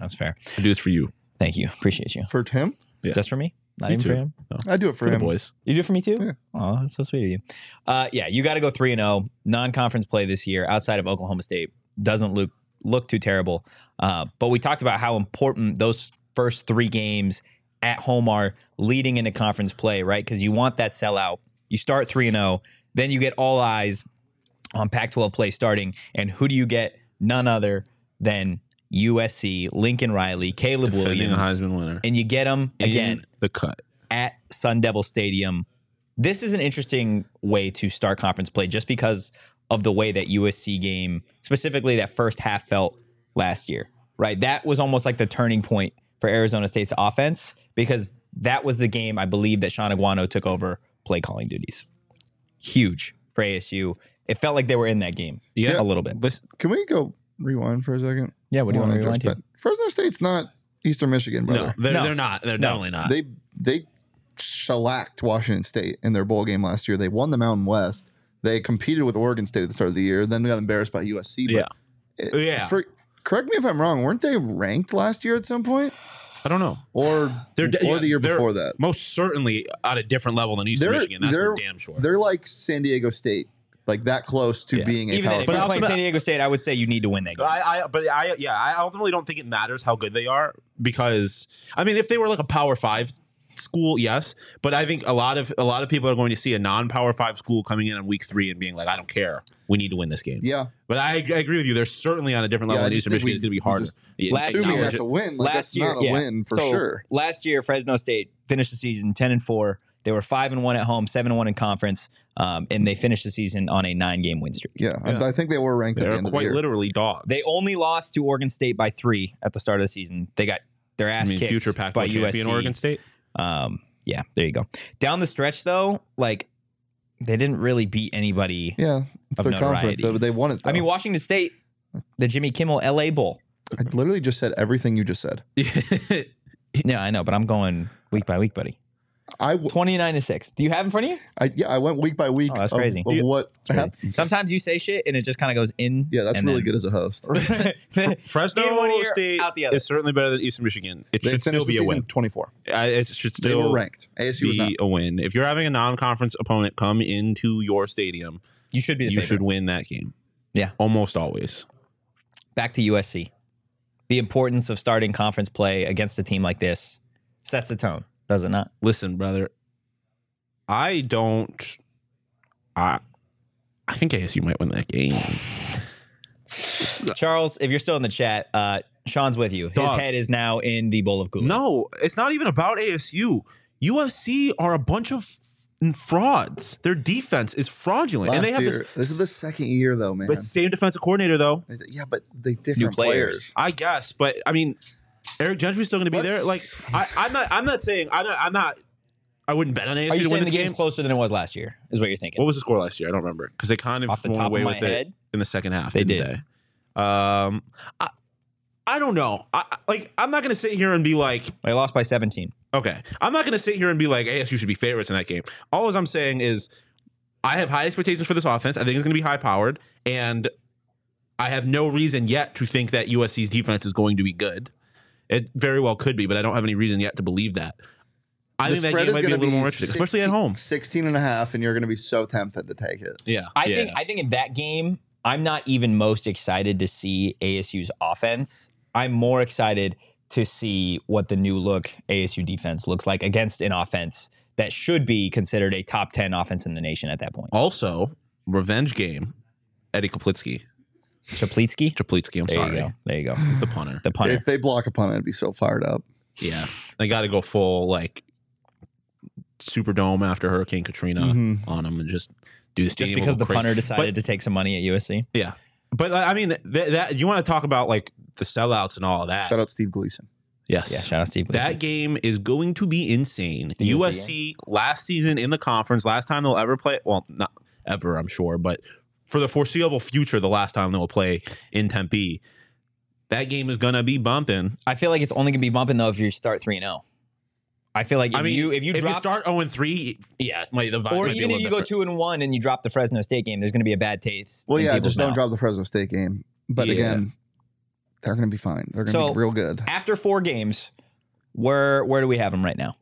[SPEAKER 1] That's fair.
[SPEAKER 3] I do this for you,
[SPEAKER 1] Thank you. Appreciate you.
[SPEAKER 2] for him,
[SPEAKER 3] Yeah.
[SPEAKER 1] Just for me? Not
[SPEAKER 3] Me
[SPEAKER 1] even for
[SPEAKER 3] too.
[SPEAKER 1] him?
[SPEAKER 2] I do it for,
[SPEAKER 3] for the
[SPEAKER 2] him.
[SPEAKER 3] boys.
[SPEAKER 1] You do it for me too?
[SPEAKER 2] Yeah.
[SPEAKER 1] Oh, that's so sweet of you. Uh, yeah, you got to go 3 and 0. Non conference play this year outside of Oklahoma State doesn't look, look too terrible. Uh, but we talked about how important those first three games at home are leading into conference play, right? Because you want that sellout. You start 3 and 0, then you get all eyes on Pac 12 play starting. And who do you get? None other than USC, Lincoln Riley, Caleb
[SPEAKER 3] Defending a
[SPEAKER 1] Williams.
[SPEAKER 3] Heisman winner
[SPEAKER 1] and you get them again
[SPEAKER 3] In the cut.
[SPEAKER 1] at Sun Devil Stadium. This is an interesting way to start conference play just because of the way that USC game, specifically that first half, felt last year, right? That was almost like the turning point for Arizona State's offense because that was the game I believe that Sean Aguano took over play calling duties. Huge for ASU. It felt like they were in that game
[SPEAKER 3] Yeah.
[SPEAKER 1] a little bit.
[SPEAKER 3] Listen,
[SPEAKER 2] Can we go rewind for a second?
[SPEAKER 1] Yeah, what do you want to rewind to?
[SPEAKER 2] Fresno State's not Eastern Michigan,
[SPEAKER 3] no,
[SPEAKER 2] brother.
[SPEAKER 3] they're,
[SPEAKER 1] No.
[SPEAKER 3] they're not. They're
[SPEAKER 1] No.
[SPEAKER 3] definitely not.
[SPEAKER 2] They they shellacked Washington State in their bowl game last year. They won the Mountain West. They competed with Oregon State at the start of the year. Then got embarrassed by USC.
[SPEAKER 3] yeah, Oh,
[SPEAKER 2] it-
[SPEAKER 3] Yeah.
[SPEAKER 2] For, correct me if I'm wrong. Weren't they ranked last year at some point,
[SPEAKER 3] I don't know.
[SPEAKER 2] or
[SPEAKER 3] They're de-
[SPEAKER 2] or
[SPEAKER 3] yeah,
[SPEAKER 2] the year
[SPEAKER 3] they're-
[SPEAKER 2] before that?
[SPEAKER 3] Most certainly at a different level than Eastern
[SPEAKER 2] They're-
[SPEAKER 3] Michigan. That's
[SPEAKER 2] they're-
[SPEAKER 3] for damn sure.
[SPEAKER 2] They're like San Diego State, like that close to
[SPEAKER 3] Yeah.
[SPEAKER 2] being a
[SPEAKER 1] Even then,
[SPEAKER 2] power.
[SPEAKER 1] if you're
[SPEAKER 2] five.
[SPEAKER 1] playing San Diego State, I would say you need to win that game.
[SPEAKER 3] But I, I, but I, yeah, I ultimately don't think it matters how good they are because I mean, if they were like a Power Five school, yes, but I think a lot of a lot of people are going to see a non-Power Five school coming in on week three and being like, I don't care, we need to win this game.
[SPEAKER 2] yeah,
[SPEAKER 3] But I, I agree with you; they're certainly on a different
[SPEAKER 2] Yeah,
[SPEAKER 3] level.
[SPEAKER 2] I
[SPEAKER 3] than
[SPEAKER 2] just
[SPEAKER 3] Eastern
[SPEAKER 2] think
[SPEAKER 3] Michigan
[SPEAKER 2] we-
[SPEAKER 3] is going to be
[SPEAKER 2] we
[SPEAKER 3] harder.
[SPEAKER 2] just-
[SPEAKER 3] Yeah,
[SPEAKER 1] Last
[SPEAKER 3] acknowledge
[SPEAKER 2] assuming
[SPEAKER 1] year-
[SPEAKER 3] it.
[SPEAKER 2] that's a win. Like, that's
[SPEAKER 1] last year,
[SPEAKER 2] not a
[SPEAKER 1] yeah.
[SPEAKER 2] win for
[SPEAKER 1] So,
[SPEAKER 2] sure.
[SPEAKER 1] Last year, Fresno State finished the season ten and four. They were five and one at home, seven and one in conference, um, and they finished the season on a nine game win streak.
[SPEAKER 2] Yeah, I,
[SPEAKER 3] Yeah.
[SPEAKER 2] I think they were ranked at the
[SPEAKER 3] they're
[SPEAKER 2] end of the
[SPEAKER 3] quite
[SPEAKER 2] year.
[SPEAKER 3] literally dogs.
[SPEAKER 1] They only lost to Oregon State by three at the start of the season. They got their
[SPEAKER 3] I
[SPEAKER 1] ass
[SPEAKER 3] mean,
[SPEAKER 1] kicked
[SPEAKER 3] future Pac-12
[SPEAKER 1] by
[SPEAKER 3] champion
[SPEAKER 1] USC.
[SPEAKER 3] Oregon State. <laughs>
[SPEAKER 1] Um, yeah, there you go. Down the stretch, though, like they didn't really beat anybody.
[SPEAKER 2] yeah, it's
[SPEAKER 1] of
[SPEAKER 2] their conference.
[SPEAKER 1] notoriety.
[SPEAKER 2] Though, but they won it.
[SPEAKER 1] I mean,
[SPEAKER 2] though.
[SPEAKER 1] Washington State, the Jimmy Kimmel LA Bowl.
[SPEAKER 2] I literally just said everything you just said.
[SPEAKER 1] Yeah, I know, but I'm going week by week, buddy.
[SPEAKER 2] I, w-
[SPEAKER 1] Twenty nine to six. Do you have in front of you?
[SPEAKER 2] I yeah, I went week by week.
[SPEAKER 1] Oh, that's
[SPEAKER 2] of-
[SPEAKER 1] crazy.
[SPEAKER 2] Of,
[SPEAKER 3] Yeah.
[SPEAKER 2] what happened.
[SPEAKER 1] Sometimes you say shit and it just kind of goes in.
[SPEAKER 2] Yeah, that's
[SPEAKER 1] and
[SPEAKER 2] really
[SPEAKER 1] then-
[SPEAKER 2] good as a host.
[SPEAKER 3] <laughs>
[SPEAKER 1] <laughs> In
[SPEAKER 3] Fresno
[SPEAKER 1] one ear,
[SPEAKER 3] State
[SPEAKER 1] out the other.
[SPEAKER 3] is certainly better than Eastern Michigan. It
[SPEAKER 2] They
[SPEAKER 3] should still
[SPEAKER 2] finished the
[SPEAKER 3] be a
[SPEAKER 2] season
[SPEAKER 3] win.
[SPEAKER 2] 24.
[SPEAKER 3] I, it should
[SPEAKER 2] They
[SPEAKER 3] still
[SPEAKER 2] were ranked. ASU was not.
[SPEAKER 3] be a win. If you're having a non-conference opponent come into your stadium,
[SPEAKER 1] You should be the
[SPEAKER 3] you
[SPEAKER 1] favorite.
[SPEAKER 3] should win that game.
[SPEAKER 1] Yeah.
[SPEAKER 3] almost always.
[SPEAKER 1] Back to USC. The importance of starting conference play against a team like this sets the tone, does it not?
[SPEAKER 3] Listen, brother, I don't. I I think ASU might win that game.
[SPEAKER 1] Charles, if you're still in the chat, uh, Sean's with you. His
[SPEAKER 3] Dog.
[SPEAKER 1] head is now in the bowl of Kool-Aid.
[SPEAKER 3] no, it's not even about ASU. USC are a bunch of frauds. Their defense is fraudulent,
[SPEAKER 2] Last
[SPEAKER 3] and they have
[SPEAKER 2] year.
[SPEAKER 3] this.
[SPEAKER 2] This, is the second year though, man.
[SPEAKER 3] but same defensive coordinator though.
[SPEAKER 2] yeah, but they different
[SPEAKER 1] New players.
[SPEAKER 2] players.
[SPEAKER 3] I guess, but I mean, Eric Gentry's still going to be
[SPEAKER 2] Let's-
[SPEAKER 3] there. Like, I, I'm not. I'm not saying. I'm not. I'm not I wouldn't bet on
[SPEAKER 1] Are
[SPEAKER 3] ASU
[SPEAKER 1] you
[SPEAKER 3] to win
[SPEAKER 1] saying
[SPEAKER 3] this
[SPEAKER 1] the
[SPEAKER 3] game.
[SPEAKER 1] game's closer than it was last year? Is what you're thinking?
[SPEAKER 3] What was the score last year? I don't remember because they kind of
[SPEAKER 1] Off the
[SPEAKER 3] went
[SPEAKER 1] top of
[SPEAKER 3] away
[SPEAKER 1] my
[SPEAKER 3] with
[SPEAKER 1] head?
[SPEAKER 3] it in the second half.
[SPEAKER 1] They
[SPEAKER 3] didn't
[SPEAKER 1] did.
[SPEAKER 3] They? Um, I, I don't know. I, I- like, I'm not going to sit here and be like,
[SPEAKER 1] They lost by 17.
[SPEAKER 3] Okay. I'm not going to sit here and be like ASU should be favorites in that game. All as I'm saying is I have high expectations for this offense. I think it's going to be high powered and I have no reason yet to think that USC's defense is going to be good. It very well could be, but I don't have any reason yet to believe that. I
[SPEAKER 2] The
[SPEAKER 3] think that
[SPEAKER 2] spread
[SPEAKER 3] game
[SPEAKER 2] is
[SPEAKER 3] might be a
[SPEAKER 2] gonna
[SPEAKER 3] little more interesting, especially at
[SPEAKER 2] 16
[SPEAKER 3] home.
[SPEAKER 2] 16 and a half, and you're going to be so tempted to take it.
[SPEAKER 3] Yeah.
[SPEAKER 1] I think I think in that game, I'm not even most excited to see ASU's offense. I'm more excited to see what the new look ASU defense looks like against an offense that should be considered a top 10 offense in the nation at that point.
[SPEAKER 3] also revenge game. Eddie Kaplitsky.
[SPEAKER 1] Chaplitsky.
[SPEAKER 3] Kaplitsky, I'm
[SPEAKER 1] There
[SPEAKER 3] sorry.
[SPEAKER 1] you go. There you go.
[SPEAKER 3] He's the punter.
[SPEAKER 1] The punter.
[SPEAKER 2] If they block a punt, I'd be so fired up.
[SPEAKER 3] yeah. They got to go full like Superdome after Hurricane Katrina.
[SPEAKER 2] Mhm.
[SPEAKER 3] on them and just do this.
[SPEAKER 1] Just because the punter decided to take some money at USC.
[SPEAKER 3] yeah. But I mean, th- that you want to talk about like the sellouts and all of that.
[SPEAKER 2] Shout out Steve Gleason.
[SPEAKER 3] Yes,
[SPEAKER 1] Yeah, shout out Steve. Gleason.
[SPEAKER 3] that game is going to be insane.
[SPEAKER 1] The
[SPEAKER 3] USC last season in the conference, last time they'll ever play. Well, not ever, I'm sure, but for the foreseeable future, the last time they'll play in Tempe. That game is gonna be bumping.
[SPEAKER 1] I feel like it's only gonna be bumping though if you start three and zero. I feel like if
[SPEAKER 3] I mean,
[SPEAKER 1] you if you drop
[SPEAKER 3] start zero and three, yeah, like the vibe
[SPEAKER 1] or
[SPEAKER 3] might be a
[SPEAKER 1] even
[SPEAKER 3] little
[SPEAKER 1] if you go
[SPEAKER 3] different.
[SPEAKER 1] two and one and you drop the Fresno State game, there's gonna be a bad taste.
[SPEAKER 2] Well,
[SPEAKER 1] in
[SPEAKER 2] yeah,
[SPEAKER 1] people's
[SPEAKER 2] just don't
[SPEAKER 1] mouth.
[SPEAKER 2] drop the Fresno State game. But
[SPEAKER 3] Yeah.
[SPEAKER 2] again, they're going to be fine. They're going to
[SPEAKER 1] So-
[SPEAKER 2] be real good.
[SPEAKER 1] After four games, where where do we have them right now?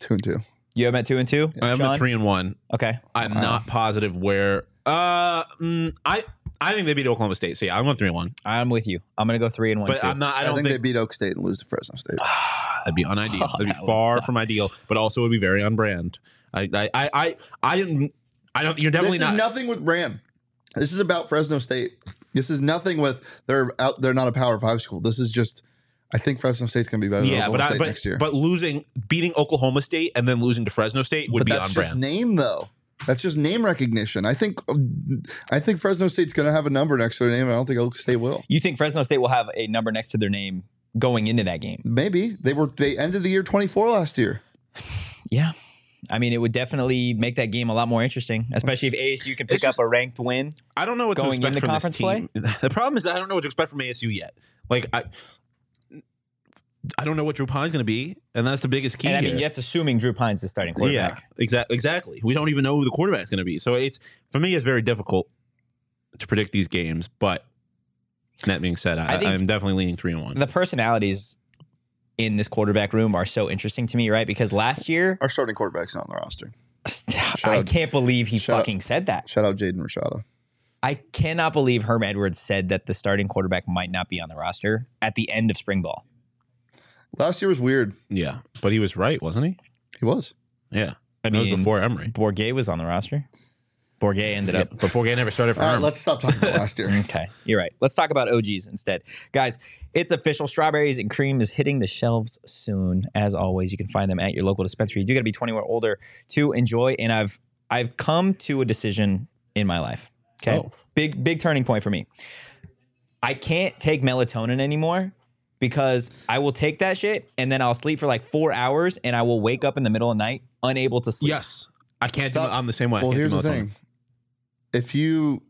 [SPEAKER 2] Two and two.
[SPEAKER 1] You have them at two and two.
[SPEAKER 3] I'm
[SPEAKER 1] Sean?
[SPEAKER 3] at three and one.
[SPEAKER 1] Okay,
[SPEAKER 3] I'm not positive where. Uh, mm, I I think they beat Oklahoma State. So yeah, I'm going three and one.
[SPEAKER 1] I'm with you. I'm gonna go three and one.
[SPEAKER 3] But
[SPEAKER 1] too.
[SPEAKER 3] I'm not. I
[SPEAKER 2] I,
[SPEAKER 3] don't
[SPEAKER 2] think,
[SPEAKER 3] think,
[SPEAKER 2] they beat Oak State and lose to Fresno State.
[SPEAKER 3] that'd be
[SPEAKER 1] <laughs>
[SPEAKER 3] unideal.
[SPEAKER 1] Oh,
[SPEAKER 3] that'd
[SPEAKER 1] that
[SPEAKER 3] be
[SPEAKER 1] would
[SPEAKER 3] far
[SPEAKER 1] suck.
[SPEAKER 3] from ideal. But also would be very on brand. I I I I, I didn't. I don't. You're
[SPEAKER 2] this
[SPEAKER 3] definitely
[SPEAKER 2] is
[SPEAKER 3] not.
[SPEAKER 2] nothing with Ram. This is about Fresno State. This is nothing with they're out. They're not a Power Five school. This is just. I think Fresno State's going to be better.
[SPEAKER 3] yeah,
[SPEAKER 2] than
[SPEAKER 3] but
[SPEAKER 2] Oklahoma
[SPEAKER 3] I,
[SPEAKER 2] State
[SPEAKER 3] but
[SPEAKER 2] next year.
[SPEAKER 3] but losing, beating Oklahoma State and then losing to Fresno State would
[SPEAKER 2] But
[SPEAKER 3] be
[SPEAKER 2] that's
[SPEAKER 3] on
[SPEAKER 2] just
[SPEAKER 3] brand.
[SPEAKER 2] name though. That's just name recognition. I think. I think Fresno State's going to have a number next to their name. and I don't think Oak State will.
[SPEAKER 1] you think Fresno State will have a number next to their name going into that game?
[SPEAKER 2] Maybe they were. They ended the year twenty four last year.
[SPEAKER 1] Yeah. I mean, it would definitely make that game a lot more interesting, especially if ASU can pick up
[SPEAKER 3] just-
[SPEAKER 1] a ranked win.
[SPEAKER 3] I don't know what
[SPEAKER 1] Going
[SPEAKER 3] to
[SPEAKER 1] into
[SPEAKER 3] expect from this
[SPEAKER 1] conference
[SPEAKER 3] team. <laughs> The problem is I don't know what to expect from ASU yet. Like I. I don't know what Drew Pine's going to be, and that's the biggest key.
[SPEAKER 1] And I mean,
[SPEAKER 3] here.
[SPEAKER 1] that's assuming Drew Pine's the starting quarterback.
[SPEAKER 3] Yeah, exactly. Exactly. We don't even know who the quarterback's going to be. So it's for me, it's very difficult to predict these games. But that being said, I,
[SPEAKER 1] I think-
[SPEAKER 3] I am definitely leaning three and one.
[SPEAKER 1] the personalities in this quarterback room are so interesting to me, right? Because last year, <laughs>
[SPEAKER 2] Our starting quarterback's not on the roster.
[SPEAKER 1] I
[SPEAKER 2] up.
[SPEAKER 1] can't believe he
[SPEAKER 2] Shut up.
[SPEAKER 1] fucking said that.
[SPEAKER 2] Shout out Jaden Rashada.
[SPEAKER 1] I cannot believe Herm Edwards said that the starting quarterback might not be on the roster at the end of spring ball.
[SPEAKER 2] Last year was weird.
[SPEAKER 3] yeah, but he was right, wasn't he?
[SPEAKER 2] He was.
[SPEAKER 3] Yeah,
[SPEAKER 1] I
[SPEAKER 3] That was
[SPEAKER 1] mean,
[SPEAKER 3] before Emery.
[SPEAKER 1] Borgay was on the roster. Borgay ended
[SPEAKER 3] Yeah,
[SPEAKER 1] up
[SPEAKER 3] before game never started for
[SPEAKER 2] All right,
[SPEAKER 3] Emery.
[SPEAKER 2] Uh, let's stop talking about last
[SPEAKER 3] <laughs>
[SPEAKER 2] year.
[SPEAKER 1] Okay, you're right. Let's talk about OGs instead. Guys, it's official. Strawberries and cream is hitting the shelves soon. As always, you can find them at your local dispensary. You do got to be 21 or older to enjoy. And I've I've come to a decision in my life. Okay,
[SPEAKER 3] Oh.
[SPEAKER 1] big big turning point for me. I can't take melatonin anymore because I will take that shit and then I'll sleep for like four hours and I will wake up in the middle of the night unable to sleep.
[SPEAKER 3] yes, I can't.
[SPEAKER 2] Stop.
[SPEAKER 3] Do, I'm the same way. I
[SPEAKER 2] Well,
[SPEAKER 3] can't
[SPEAKER 2] here's
[SPEAKER 3] do
[SPEAKER 2] the
[SPEAKER 3] melatonin.
[SPEAKER 2] thing. If you,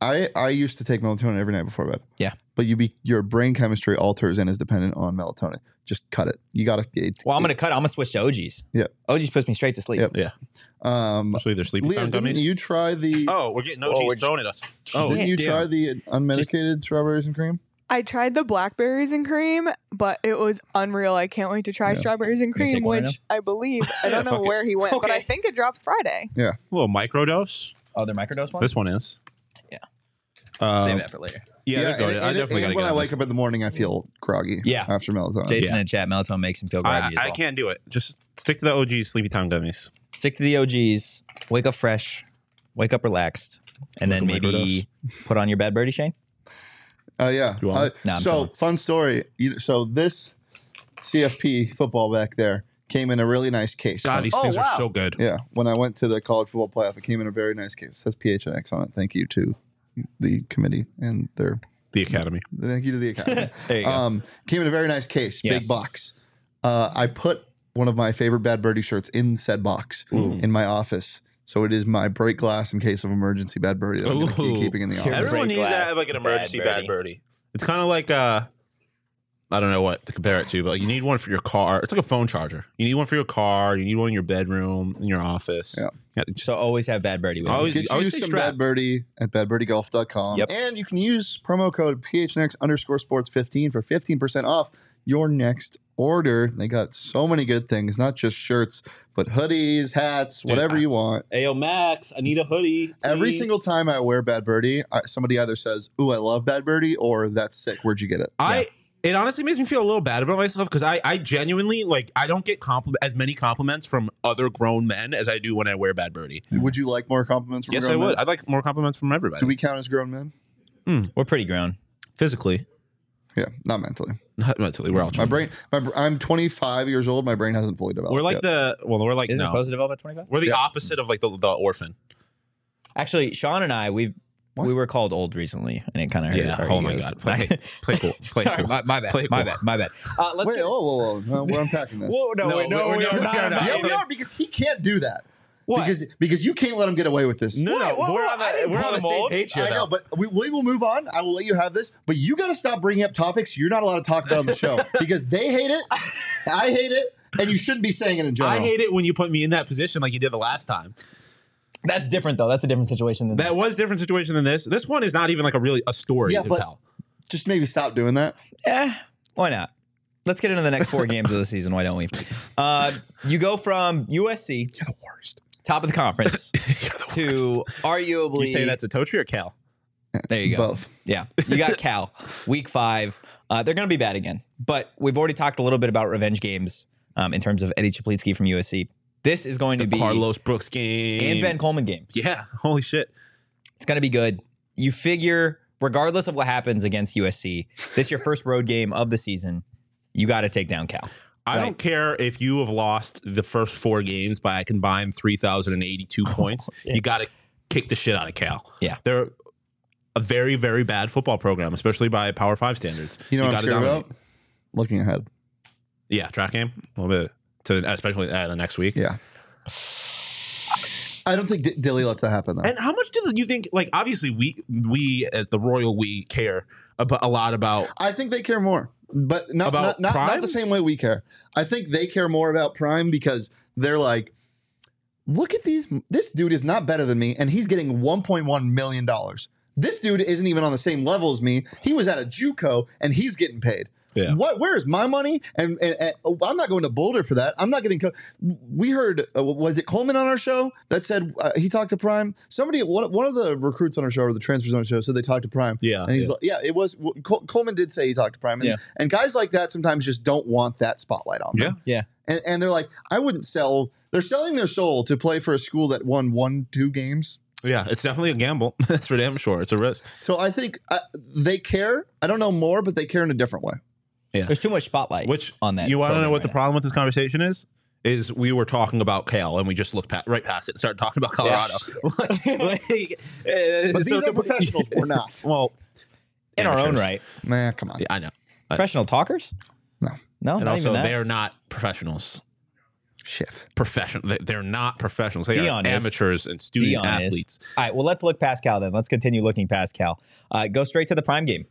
[SPEAKER 2] I I used to take melatonin every night before bed.
[SPEAKER 1] Yeah.
[SPEAKER 2] But you be your brain chemistry alters and is dependent on melatonin. Just cut it. You gotta. It,
[SPEAKER 1] Well, I'm gonna cut. I'm gonna switch to OGs.
[SPEAKER 2] Yep.
[SPEAKER 1] OGs puts me straight to sleep.
[SPEAKER 2] Yep.
[SPEAKER 3] Yeah,
[SPEAKER 2] Um,
[SPEAKER 3] especially their sleepy
[SPEAKER 2] Leah,
[SPEAKER 3] time
[SPEAKER 2] didn't
[SPEAKER 3] gummies.
[SPEAKER 2] you try the?
[SPEAKER 3] oh, we're getting
[SPEAKER 1] Oh,
[SPEAKER 3] OGs
[SPEAKER 1] we're-
[SPEAKER 3] thrown at us.
[SPEAKER 2] Oh,
[SPEAKER 3] Oh,
[SPEAKER 2] didn't you
[SPEAKER 3] damn.
[SPEAKER 2] try the unmedicated strawberries and cream?
[SPEAKER 4] I tried the blackberries and cream, but it was unreal. I can't wait to try
[SPEAKER 2] Yeah.
[SPEAKER 4] strawberries and
[SPEAKER 1] Can you take
[SPEAKER 4] cream,
[SPEAKER 1] one right
[SPEAKER 4] which I believe
[SPEAKER 1] <laughs>
[SPEAKER 4] I don't know
[SPEAKER 3] Fuck it.
[SPEAKER 4] where he went, but I
[SPEAKER 1] Okay.
[SPEAKER 4] think it drops Friday.
[SPEAKER 3] a little microdose?
[SPEAKER 1] Oh, their microdose one.
[SPEAKER 3] This one is.
[SPEAKER 1] Yeah.
[SPEAKER 3] Uh,
[SPEAKER 1] Save that for later.
[SPEAKER 3] Yeah, they're good.
[SPEAKER 2] and,
[SPEAKER 3] I
[SPEAKER 2] and-
[SPEAKER 3] definitely
[SPEAKER 2] and
[SPEAKER 3] gotta
[SPEAKER 2] when
[SPEAKER 3] get
[SPEAKER 2] I
[SPEAKER 3] on
[SPEAKER 2] wake
[SPEAKER 3] this.
[SPEAKER 2] up in the morning, I feel groggy.
[SPEAKER 1] Yeah.
[SPEAKER 2] After melatonin.
[SPEAKER 1] Jason in the chat, melatonin makes him feel
[SPEAKER 3] Oh, I,
[SPEAKER 1] groggy as
[SPEAKER 3] I
[SPEAKER 1] well.
[SPEAKER 3] can't do it. Just stick to the OG sleepy time gummies.
[SPEAKER 1] Stick to the OGs. Wake up fresh. Wake up relaxed, and then
[SPEAKER 3] Wake up
[SPEAKER 1] maybe put on your bed birdie, Shane.
[SPEAKER 2] Oh yeah.
[SPEAKER 3] You want
[SPEAKER 2] Uh,
[SPEAKER 1] Nah, I'm
[SPEAKER 2] so
[SPEAKER 1] chilling.
[SPEAKER 2] fun story. You- So this CFP football back there came in a really nice case.
[SPEAKER 3] God, these
[SPEAKER 1] Oh,
[SPEAKER 3] things
[SPEAKER 1] wow.
[SPEAKER 3] are so good.
[SPEAKER 2] yeah, when I went to the college football playoff, it came in a very nice case. It says PHNX on it. Thank you to the committee and their
[SPEAKER 3] The Academy.
[SPEAKER 2] thank you to the
[SPEAKER 3] <laughs>
[SPEAKER 2] academy.
[SPEAKER 1] There you go.
[SPEAKER 2] um, came in a very nice case,
[SPEAKER 1] Yes.
[SPEAKER 2] big box. Uh, I put one of my favorite Bad Birdie shirts in said box in my office. So it is my break glass in case of emergency Bad Birdie that I'm gonna keep
[SPEAKER 3] Ooh.
[SPEAKER 2] keeping in the
[SPEAKER 1] Here
[SPEAKER 2] office.
[SPEAKER 1] Every-
[SPEAKER 3] Everyone
[SPEAKER 1] break
[SPEAKER 3] needs to
[SPEAKER 1] glass,
[SPEAKER 3] have like an
[SPEAKER 1] bad
[SPEAKER 3] emergency bad birdie.
[SPEAKER 1] birdie.
[SPEAKER 3] It's kind of like uh, I don't know what to compare it to, but like you need one for your car. It's like a phone charger. You need one for your car. You need one in your bedroom, in your office.
[SPEAKER 2] Yeah.
[SPEAKER 3] just-
[SPEAKER 1] So always have bad birdie with you.
[SPEAKER 3] Always-
[SPEAKER 2] Get you
[SPEAKER 3] always stay
[SPEAKER 2] some Bad
[SPEAKER 3] strapped.
[SPEAKER 2] Birdie at badbirdiegolf.com.
[SPEAKER 1] Yep.
[SPEAKER 2] And you can use promo code PHNX underscore sports 15 for 15% off your next order. They got so many good things, not just shirts, but hoodies, hats, whatever
[SPEAKER 3] I-
[SPEAKER 2] you want.
[SPEAKER 5] Ayo, Max, I need a hoodie.
[SPEAKER 2] Every
[SPEAKER 5] please.
[SPEAKER 2] single time I wear Bad Birdie, I, somebody either says, "Ooh, I love Bad Birdie," or "That's sick. Where'd you get it?"
[SPEAKER 3] I it honestly makes me feel a little bad about myself because I I genuinely like I don't get compliment as many compliments from other grown men as I do when I wear bad birdie.
[SPEAKER 2] Would you like more compliments? From
[SPEAKER 3] yes, I
[SPEAKER 2] grown
[SPEAKER 3] would.
[SPEAKER 2] Men?
[SPEAKER 3] I'd like more compliments from everybody.
[SPEAKER 2] Do we count as grown men?
[SPEAKER 1] We're pretty grown.
[SPEAKER 3] physically,
[SPEAKER 2] Yeah, not mentally.
[SPEAKER 3] <laughs> not mentally, we're all
[SPEAKER 2] My brain. My, br- I'm 25 years old. My brain hasn't fully developed.
[SPEAKER 3] We're like
[SPEAKER 2] yet.
[SPEAKER 3] the well, we're like
[SPEAKER 1] Isn't it
[SPEAKER 3] no.
[SPEAKER 1] supposed to develop at 25?
[SPEAKER 3] We're the
[SPEAKER 2] Yeah.
[SPEAKER 3] opposite of like the, the orphan.
[SPEAKER 1] Actually, Sean and I, we
[SPEAKER 2] What?
[SPEAKER 1] we were called old recently, and it kind of hurt. our
[SPEAKER 3] Oh my
[SPEAKER 1] egos. <laughs>
[SPEAKER 3] god. Play, play cool. Play
[SPEAKER 1] Sorry,
[SPEAKER 3] cool.
[SPEAKER 1] my, my bad.
[SPEAKER 3] Play
[SPEAKER 1] my
[SPEAKER 3] cool.
[SPEAKER 1] bad. My bad. Uh, let's
[SPEAKER 2] Wait,
[SPEAKER 1] get-
[SPEAKER 2] oh, whoa, whoa, whoa. No, we're unpacking this.
[SPEAKER 1] Whoa, no,
[SPEAKER 3] No,
[SPEAKER 1] wait, no,
[SPEAKER 3] we-
[SPEAKER 1] we,
[SPEAKER 3] we-
[SPEAKER 1] are
[SPEAKER 3] we
[SPEAKER 1] not.
[SPEAKER 3] are not.
[SPEAKER 2] <laughs> yeah, we
[SPEAKER 1] Wait,
[SPEAKER 2] are because he can't do that.
[SPEAKER 1] What?
[SPEAKER 2] Because because you can't let him get away with this.
[SPEAKER 3] No, no,
[SPEAKER 1] What?
[SPEAKER 3] we're on
[SPEAKER 1] I
[SPEAKER 3] the
[SPEAKER 1] didn't
[SPEAKER 3] we're
[SPEAKER 1] call
[SPEAKER 3] on the
[SPEAKER 1] him
[SPEAKER 3] same
[SPEAKER 1] old.
[SPEAKER 3] page here.
[SPEAKER 2] I know,
[SPEAKER 3] though.
[SPEAKER 2] but we, we will move on. I will let you have this, but you got to stop bringing up topics you're not allowed to talk about on the
[SPEAKER 3] <laughs>
[SPEAKER 2] show because they hate it, I hate it, and you shouldn't be saying it in general.
[SPEAKER 3] I hate it when you put me in that position like you did the last time.
[SPEAKER 2] oh.
[SPEAKER 1] That's different though. That's a different situation than
[SPEAKER 3] That
[SPEAKER 1] this.
[SPEAKER 3] was a different situation than this. This one is not even like a really a story
[SPEAKER 2] Yeah,
[SPEAKER 3] to
[SPEAKER 2] but-
[SPEAKER 3] tell.
[SPEAKER 2] Just maybe stop doing that.
[SPEAKER 1] Eh, why not? Let's get into the next
[SPEAKER 3] <laughs>
[SPEAKER 1] four games of the season. Why don't we? Uh, you go from USC,
[SPEAKER 3] You're the worst.
[SPEAKER 1] top of the
[SPEAKER 3] <laughs>
[SPEAKER 1] conference, to arguably.
[SPEAKER 3] You say that to Totri or Cal?
[SPEAKER 1] There you go.
[SPEAKER 2] Both.
[SPEAKER 1] Yeah, you
[SPEAKER 3] <laughs>
[SPEAKER 1] got Cal, week five. Uh, they're going to be bad again. But we've already talked a little bit about revenge games um, in terms of Eddie Chaplitsky from USC. This is going to be
[SPEAKER 3] Carlos Brooks game.
[SPEAKER 1] and Ben Coleman game.
[SPEAKER 3] Yeah. Holy shit.
[SPEAKER 1] It's going to be good. You figure, regardless of what happens against USC, this is your first road game of the season. You got to take down Cal.
[SPEAKER 3] I
[SPEAKER 1] Right.
[SPEAKER 3] don't care if you have lost the first four games by a
[SPEAKER 1] <laughs>
[SPEAKER 3] combined 3,082 points. You got to kick the shit out of Cal.
[SPEAKER 1] Oh, Yeah.
[SPEAKER 3] They're a very, very bad football program, especially by Power Five standards.
[SPEAKER 2] You know what I'm
[SPEAKER 3] gotta
[SPEAKER 2] scared
[SPEAKER 3] dominate.
[SPEAKER 2] about? Looking ahead.
[SPEAKER 3] Yeah. Track game. A little bit. To, especially uh, the next week.
[SPEAKER 2] Yeah. I don't think D- Dilly lets that happen though.
[SPEAKER 3] And how much do you think? Like, obviously, we we as the royal we care about a lot about.
[SPEAKER 2] I think they care more, but not
[SPEAKER 3] About
[SPEAKER 2] not, not, not
[SPEAKER 3] Prime?
[SPEAKER 2] the same way we care. I think they care more about Prime because they're like, look at these. This dude is not better than me, and he's getting 1.1 million dollars. This dude isn't even on the same level as me. He was at a JUCO and he's getting paid.
[SPEAKER 3] Yeah.
[SPEAKER 2] What? Where is my money? And, and, and- oh, I'm not going to Boulder for that. I'm not getting. Co- we heard uh, was it Coleman on our show that said uh, he talked to Prime? Somebody one, one of the recruits on our show or the transfers on our show said they talked to Prime.
[SPEAKER 3] Yeah,
[SPEAKER 2] and he's
[SPEAKER 3] yeah.
[SPEAKER 2] like, yeah, it was well, Col- Coleman did say he talked to Prime. And,
[SPEAKER 1] Yeah.
[SPEAKER 2] and guys like that sometimes just don't want that spotlight on them.
[SPEAKER 1] Yeah.
[SPEAKER 2] And, and they're like, I wouldn't sell. They're selling their soul to play for a school that won one, two games.
[SPEAKER 3] Yeah, it's definitely a gamble. <laughs> That's for damn sure. It's a risk.
[SPEAKER 2] So I think uh, they care. I don't know more, but they care in a different way.
[SPEAKER 1] There's too much spotlight
[SPEAKER 3] Which
[SPEAKER 1] on that.
[SPEAKER 3] You want to know
[SPEAKER 1] program
[SPEAKER 3] what
[SPEAKER 1] right
[SPEAKER 3] the
[SPEAKER 1] now.
[SPEAKER 3] problem with this conversation is? Is we were talking about Kale and we just looked pa- right past it and started talking
[SPEAKER 1] <laughs>
[SPEAKER 3] about Colorado. Like, uh,
[SPEAKER 2] But
[SPEAKER 3] so
[SPEAKER 2] these are
[SPEAKER 3] compl-
[SPEAKER 2] professionals.
[SPEAKER 3] <laughs>
[SPEAKER 2] We're not.
[SPEAKER 3] Well,
[SPEAKER 1] in our own
[SPEAKER 3] amateurs.
[SPEAKER 1] right?
[SPEAKER 2] Nah, come on.
[SPEAKER 3] Yeah, I know.
[SPEAKER 1] Professional talkers?
[SPEAKER 2] No.
[SPEAKER 1] no,
[SPEAKER 3] and
[SPEAKER 1] not
[SPEAKER 3] also,
[SPEAKER 1] even that.
[SPEAKER 3] they're not professionals.
[SPEAKER 2] Shit.
[SPEAKER 3] Professional. they- They're not professionals. They
[SPEAKER 1] Dion
[SPEAKER 3] are
[SPEAKER 1] is.
[SPEAKER 3] amateurs and student
[SPEAKER 1] Dion is.
[SPEAKER 3] athletes.
[SPEAKER 1] All right, well, let's look past Cal then. Let's continue looking past Cal. Uh, go straight to the prime game.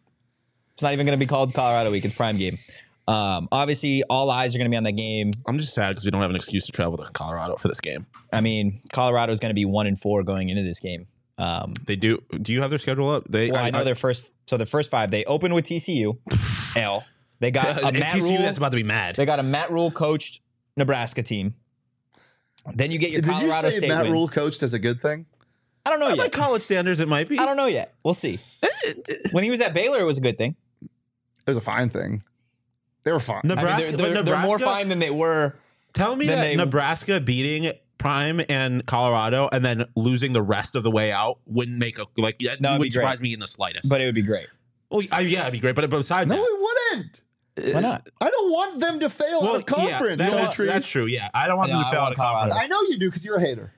[SPEAKER 1] It's not even going to be called Colorado Week. It's prime game. Um, obviously, all eyes are going to be on that game.
[SPEAKER 3] I'm just sad because we don't have an excuse to travel to Colorado for this game.
[SPEAKER 1] I mean, Colorado is going to be one and four going into this game. Um,
[SPEAKER 3] They do. Do you have their schedule up? They.
[SPEAKER 1] well, I, know
[SPEAKER 3] <laughs>
[SPEAKER 1] their first. So their first five, they opened with
[SPEAKER 3] <sighs>
[SPEAKER 1] TCU. L. They got a
[SPEAKER 3] It's
[SPEAKER 1] Matt
[SPEAKER 3] TCU
[SPEAKER 1] Rule.
[SPEAKER 3] that's about to be mad.
[SPEAKER 1] they got a Matt Rule coached Nebraska team. Then you get your
[SPEAKER 2] Did
[SPEAKER 1] Colorado
[SPEAKER 2] you say
[SPEAKER 1] State
[SPEAKER 2] Matt
[SPEAKER 1] win.
[SPEAKER 2] Rule coached as a good thing?
[SPEAKER 1] I don't know
[SPEAKER 3] By
[SPEAKER 1] yet.
[SPEAKER 3] college standards, it might be.
[SPEAKER 1] I don't know yet. We'll see. when he was at Baylor, it was a good thing.
[SPEAKER 2] It was a fine thing. They were fine.
[SPEAKER 1] I mean,
[SPEAKER 3] Nebraska,
[SPEAKER 1] they're, they're-
[SPEAKER 3] but
[SPEAKER 1] they're more
[SPEAKER 3] Nebraska-
[SPEAKER 1] fine than they were.
[SPEAKER 3] Tell me
[SPEAKER 1] Then
[SPEAKER 3] that
[SPEAKER 1] they-
[SPEAKER 3] Nebraska beating Prime and Colorado and then losing the rest of the way out wouldn't make a like that
[SPEAKER 1] No, it'd be
[SPEAKER 3] wouldn't
[SPEAKER 1] great.
[SPEAKER 3] surprise me in the slightest.
[SPEAKER 1] But it would be great.
[SPEAKER 3] well, I, yeah, it'd be great. But besides
[SPEAKER 2] No,
[SPEAKER 3] that,
[SPEAKER 2] it wouldn't.
[SPEAKER 1] Why not?
[SPEAKER 2] I don't want them to fail out of
[SPEAKER 3] Uh, yeah,
[SPEAKER 2] conference,
[SPEAKER 3] that-
[SPEAKER 2] don't you?
[SPEAKER 3] that's true. Yeah, I don't want
[SPEAKER 1] Yeah,
[SPEAKER 3] them to
[SPEAKER 1] I
[SPEAKER 3] fail out
[SPEAKER 1] want
[SPEAKER 3] of conference.
[SPEAKER 2] I know you do because you're a hater.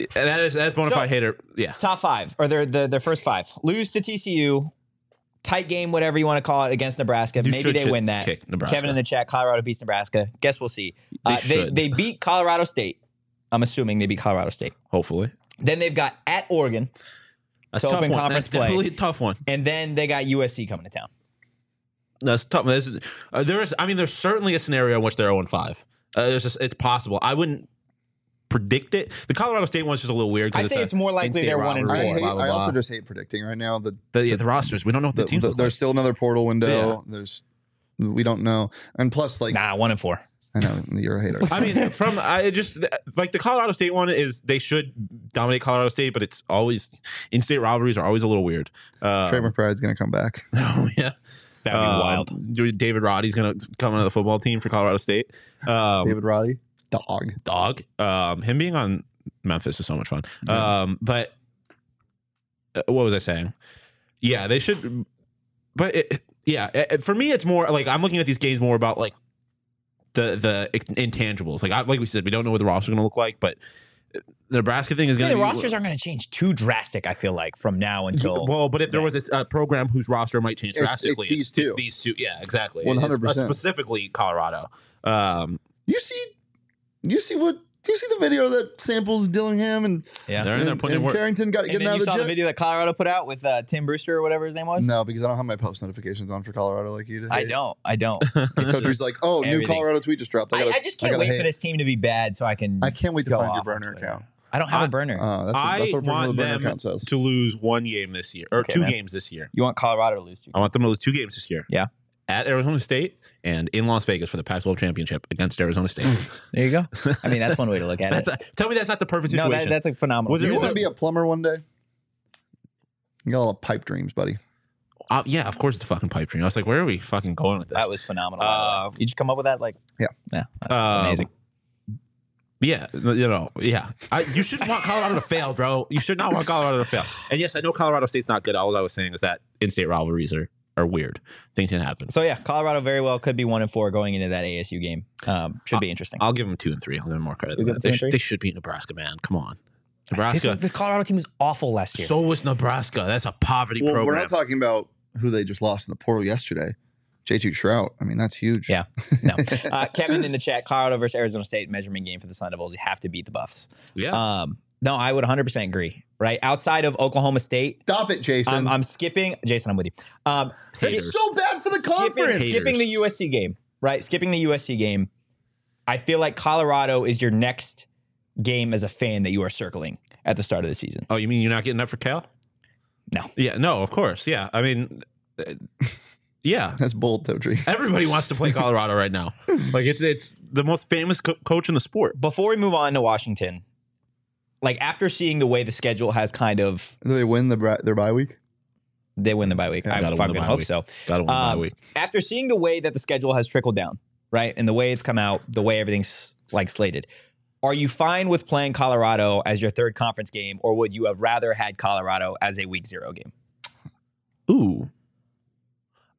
[SPEAKER 3] And that is that's bona
[SPEAKER 1] So-
[SPEAKER 3] fide hater. Yeah,
[SPEAKER 1] Top five or their their, their first five. Lose to TCU. Tight game, whatever you want to call it, against Nebraska.
[SPEAKER 3] You
[SPEAKER 1] Maybe
[SPEAKER 3] should
[SPEAKER 1] they
[SPEAKER 3] shit
[SPEAKER 1] win that.
[SPEAKER 3] kick Nebraska.
[SPEAKER 1] Kevin in the chat. Colorado beats Nebraska. Guess we'll see. Uh,
[SPEAKER 3] They
[SPEAKER 1] they
[SPEAKER 3] should.
[SPEAKER 1] they beat Colorado State. I'm assuming they beat Colorado State.
[SPEAKER 3] hopefully.
[SPEAKER 1] Then they've got at Oregon,
[SPEAKER 3] That's
[SPEAKER 1] So
[SPEAKER 3] a tough
[SPEAKER 1] open
[SPEAKER 3] one.
[SPEAKER 1] conference
[SPEAKER 3] That's
[SPEAKER 1] play.
[SPEAKER 3] definitely a tough one.
[SPEAKER 1] and then they got USC coming to town.
[SPEAKER 3] That's tough. There's, uh, there is. I mean, there's certainly a scenario in which they're 0 and 5. Uh, there's just, it's possible. I wouldn't predict it. The Colorado State one's just a little weird. 'cause
[SPEAKER 1] I say
[SPEAKER 3] a
[SPEAKER 1] it's more likely
[SPEAKER 3] in-state
[SPEAKER 1] they're one and Four,
[SPEAKER 2] I,
[SPEAKER 3] rivalry.
[SPEAKER 2] hate,
[SPEAKER 3] Blah, blah,
[SPEAKER 2] I also
[SPEAKER 3] blah.
[SPEAKER 2] just hate predicting right now. The,
[SPEAKER 3] the, yeah, the rosters. We don't know what the,
[SPEAKER 2] the,
[SPEAKER 3] teams
[SPEAKER 2] the-
[SPEAKER 3] look
[SPEAKER 2] there's
[SPEAKER 3] like.
[SPEAKER 2] still another portal window. There's we don't know, and plus like
[SPEAKER 1] Nah, one and four.
[SPEAKER 2] I know you're a
[SPEAKER 3] <laughs>
[SPEAKER 2] hater.
[SPEAKER 3] I mean, from I just like the Colorado State one is they should dominate Colorado State, but it's always in-state rivalries are always a little weird. Uh,
[SPEAKER 2] Trey McBride's gonna come back.
[SPEAKER 3] Oh <laughs> yeah,
[SPEAKER 1] That'd be
[SPEAKER 3] Um,
[SPEAKER 1] wild.
[SPEAKER 3] David Roddy's gonna come onto the football team for Colorado State. Um,
[SPEAKER 2] David Roddy, dog.
[SPEAKER 3] dog. Um, him being on Memphis is so much fun. Um, but uh, what was I saying? Yeah, they should. But it, yeah, it- it- for me, it's more like I'm looking at these games more about like the the intangibles. Like I, like we said, we don't know what the roster's going to look like, but the Nebraska thing is
[SPEAKER 1] Yeah,
[SPEAKER 3] going
[SPEAKER 1] the
[SPEAKER 3] to
[SPEAKER 1] rosters aren't going to change too drastic. I feel like from now until
[SPEAKER 3] well, but if there was a, a program whose roster might change
[SPEAKER 2] It's- it's
[SPEAKER 3] drastically,
[SPEAKER 2] these
[SPEAKER 3] it's
[SPEAKER 2] two.
[SPEAKER 3] these two. Yeah, exactly. It's uh,
[SPEAKER 2] 100%.
[SPEAKER 3] Specifically, Colorado. Um,
[SPEAKER 2] You see, you see what? Do you see the video that samples Dillingham and
[SPEAKER 1] yeah.
[SPEAKER 3] they're in there
[SPEAKER 2] and,
[SPEAKER 3] putting in
[SPEAKER 2] and
[SPEAKER 3] work.
[SPEAKER 2] Carrington got
[SPEAKER 1] And
[SPEAKER 2] getting
[SPEAKER 1] then
[SPEAKER 2] out
[SPEAKER 1] you
[SPEAKER 2] of the
[SPEAKER 1] saw the
[SPEAKER 2] jet?
[SPEAKER 1] video that Colorado put out with uh, Tim Brewster or whatever his name was.
[SPEAKER 2] No, because I don't have my post notifications on for Colorado like you do.
[SPEAKER 1] I don't. <laughs> I don't.
[SPEAKER 2] <laughs> So Drew's like,
[SPEAKER 3] <laughs>
[SPEAKER 2] oh, new
[SPEAKER 1] everything.
[SPEAKER 2] Colorado tweet just dropped.
[SPEAKER 1] I,
[SPEAKER 2] gotta-
[SPEAKER 1] I just can't
[SPEAKER 2] gotta
[SPEAKER 1] wait
[SPEAKER 2] hate.
[SPEAKER 1] for this team to be bad so I can.
[SPEAKER 2] I can't wait to
[SPEAKER 1] go
[SPEAKER 2] find your
[SPEAKER 1] off on
[SPEAKER 2] burner
[SPEAKER 1] Twitter.
[SPEAKER 2] account.
[SPEAKER 1] I don't have a
[SPEAKER 3] I-
[SPEAKER 1] burner.
[SPEAKER 2] Uh, that's, what-
[SPEAKER 3] I
[SPEAKER 2] that's what
[SPEAKER 3] want
[SPEAKER 2] the burner
[SPEAKER 3] them
[SPEAKER 2] account says.
[SPEAKER 3] to lose one game this year or
[SPEAKER 1] Okay,
[SPEAKER 3] two
[SPEAKER 1] man.
[SPEAKER 3] games this year.
[SPEAKER 1] you want Colorado to lose to?
[SPEAKER 3] I want them to lose two games this year.
[SPEAKER 1] Yeah.
[SPEAKER 3] At Arizona State and in Las Vegas for the Pac-12 championship against
[SPEAKER 1] <laughs>
[SPEAKER 3] Arizona
[SPEAKER 1] <laughs>
[SPEAKER 3] State. <laughs>
[SPEAKER 1] There you go. I mean, that's one way to look at <laughs>
[SPEAKER 3] that's
[SPEAKER 1] it.
[SPEAKER 3] a, tell me that's not the perfect
[SPEAKER 1] no,
[SPEAKER 3] situation.
[SPEAKER 1] that, that's a phenomenal.
[SPEAKER 3] Was it-
[SPEAKER 2] You
[SPEAKER 3] was
[SPEAKER 2] want to
[SPEAKER 3] it-
[SPEAKER 2] be a plumber one day? You got all the pipe dreams, buddy.
[SPEAKER 3] Uh, yeah, of course it's a fucking pipe dream. I was like, where are we fucking going with this?
[SPEAKER 1] that was phenomenal.
[SPEAKER 3] Uh,
[SPEAKER 1] Did you come up with that? Like,
[SPEAKER 2] Yeah.
[SPEAKER 1] yeah, that's
[SPEAKER 3] Um,
[SPEAKER 1] amazing.
[SPEAKER 3] yeah, you know, yeah. I, you should want Colorado to fail, bro. You should not want Colorado to fail. And yes, I know Colorado State's not good. All I was saying is that in-state rivalries are, are weird. Things can happen.
[SPEAKER 1] So yeah, Colorado very well could be one and four going into that ASU game. Um, should be interesting.
[SPEAKER 3] I'll give them two and three. I'll give them more credit.
[SPEAKER 1] You
[SPEAKER 3] Than
[SPEAKER 1] give
[SPEAKER 3] that.
[SPEAKER 1] them
[SPEAKER 3] They,
[SPEAKER 1] two and
[SPEAKER 3] should,
[SPEAKER 1] three?
[SPEAKER 3] they should beat Nebraska, man. Come on,
[SPEAKER 1] this,
[SPEAKER 3] Nebraska.
[SPEAKER 1] this Colorado team was awful last year.
[SPEAKER 3] So was Nebraska. That's a poverty
[SPEAKER 2] Well,
[SPEAKER 3] program.
[SPEAKER 2] we're not talking about who they just lost in the portal yesterday. J2 Shrout. I mean, that's huge.
[SPEAKER 1] Yeah. no, uh, Kevin in the chat. Colorado versus Arizona State measurement game for the Sun Devils. You have to beat the Buffs.
[SPEAKER 3] yeah.
[SPEAKER 1] Um, no, I would 100 percent agree. Right outside of Oklahoma State,
[SPEAKER 2] Stop it, Jason.
[SPEAKER 1] I'm, I'm skipping. Jason, I'm with you. Um, skip-
[SPEAKER 2] it's so bad for the conference.
[SPEAKER 1] Skipping, skipping the USC game, right? Skipping the USC game. I feel like Colorado is your next game as a fan that you are circling at the start of the season.
[SPEAKER 3] Oh, you mean you're not getting up for Cal?
[SPEAKER 1] No.
[SPEAKER 3] Yeah, no, of course. Yeah. I mean, uh, yeah.
[SPEAKER 2] That's bold, though, Drew.
[SPEAKER 3] Everybody wants to play Colorado right <laughs> now. Like it's it's the most famous co- coach in the sport.
[SPEAKER 1] Before we move on to Washington, like after seeing the way the schedule has kind of
[SPEAKER 2] Do they win the bri- their bye week?
[SPEAKER 1] they win the bye week.
[SPEAKER 2] Yeah,
[SPEAKER 1] I
[SPEAKER 3] gotta win the
[SPEAKER 1] fucking
[SPEAKER 3] bye
[SPEAKER 1] hope
[SPEAKER 3] week.
[SPEAKER 1] so.
[SPEAKER 3] Got to win
[SPEAKER 1] Um, After seeing the way that the schedule has trickled down, right, and the way it's come out, the way everything's like slated, are you fine with playing Colorado as your third conference game, or would you have rather had Colorado as a Week Zero game?
[SPEAKER 3] Ooh.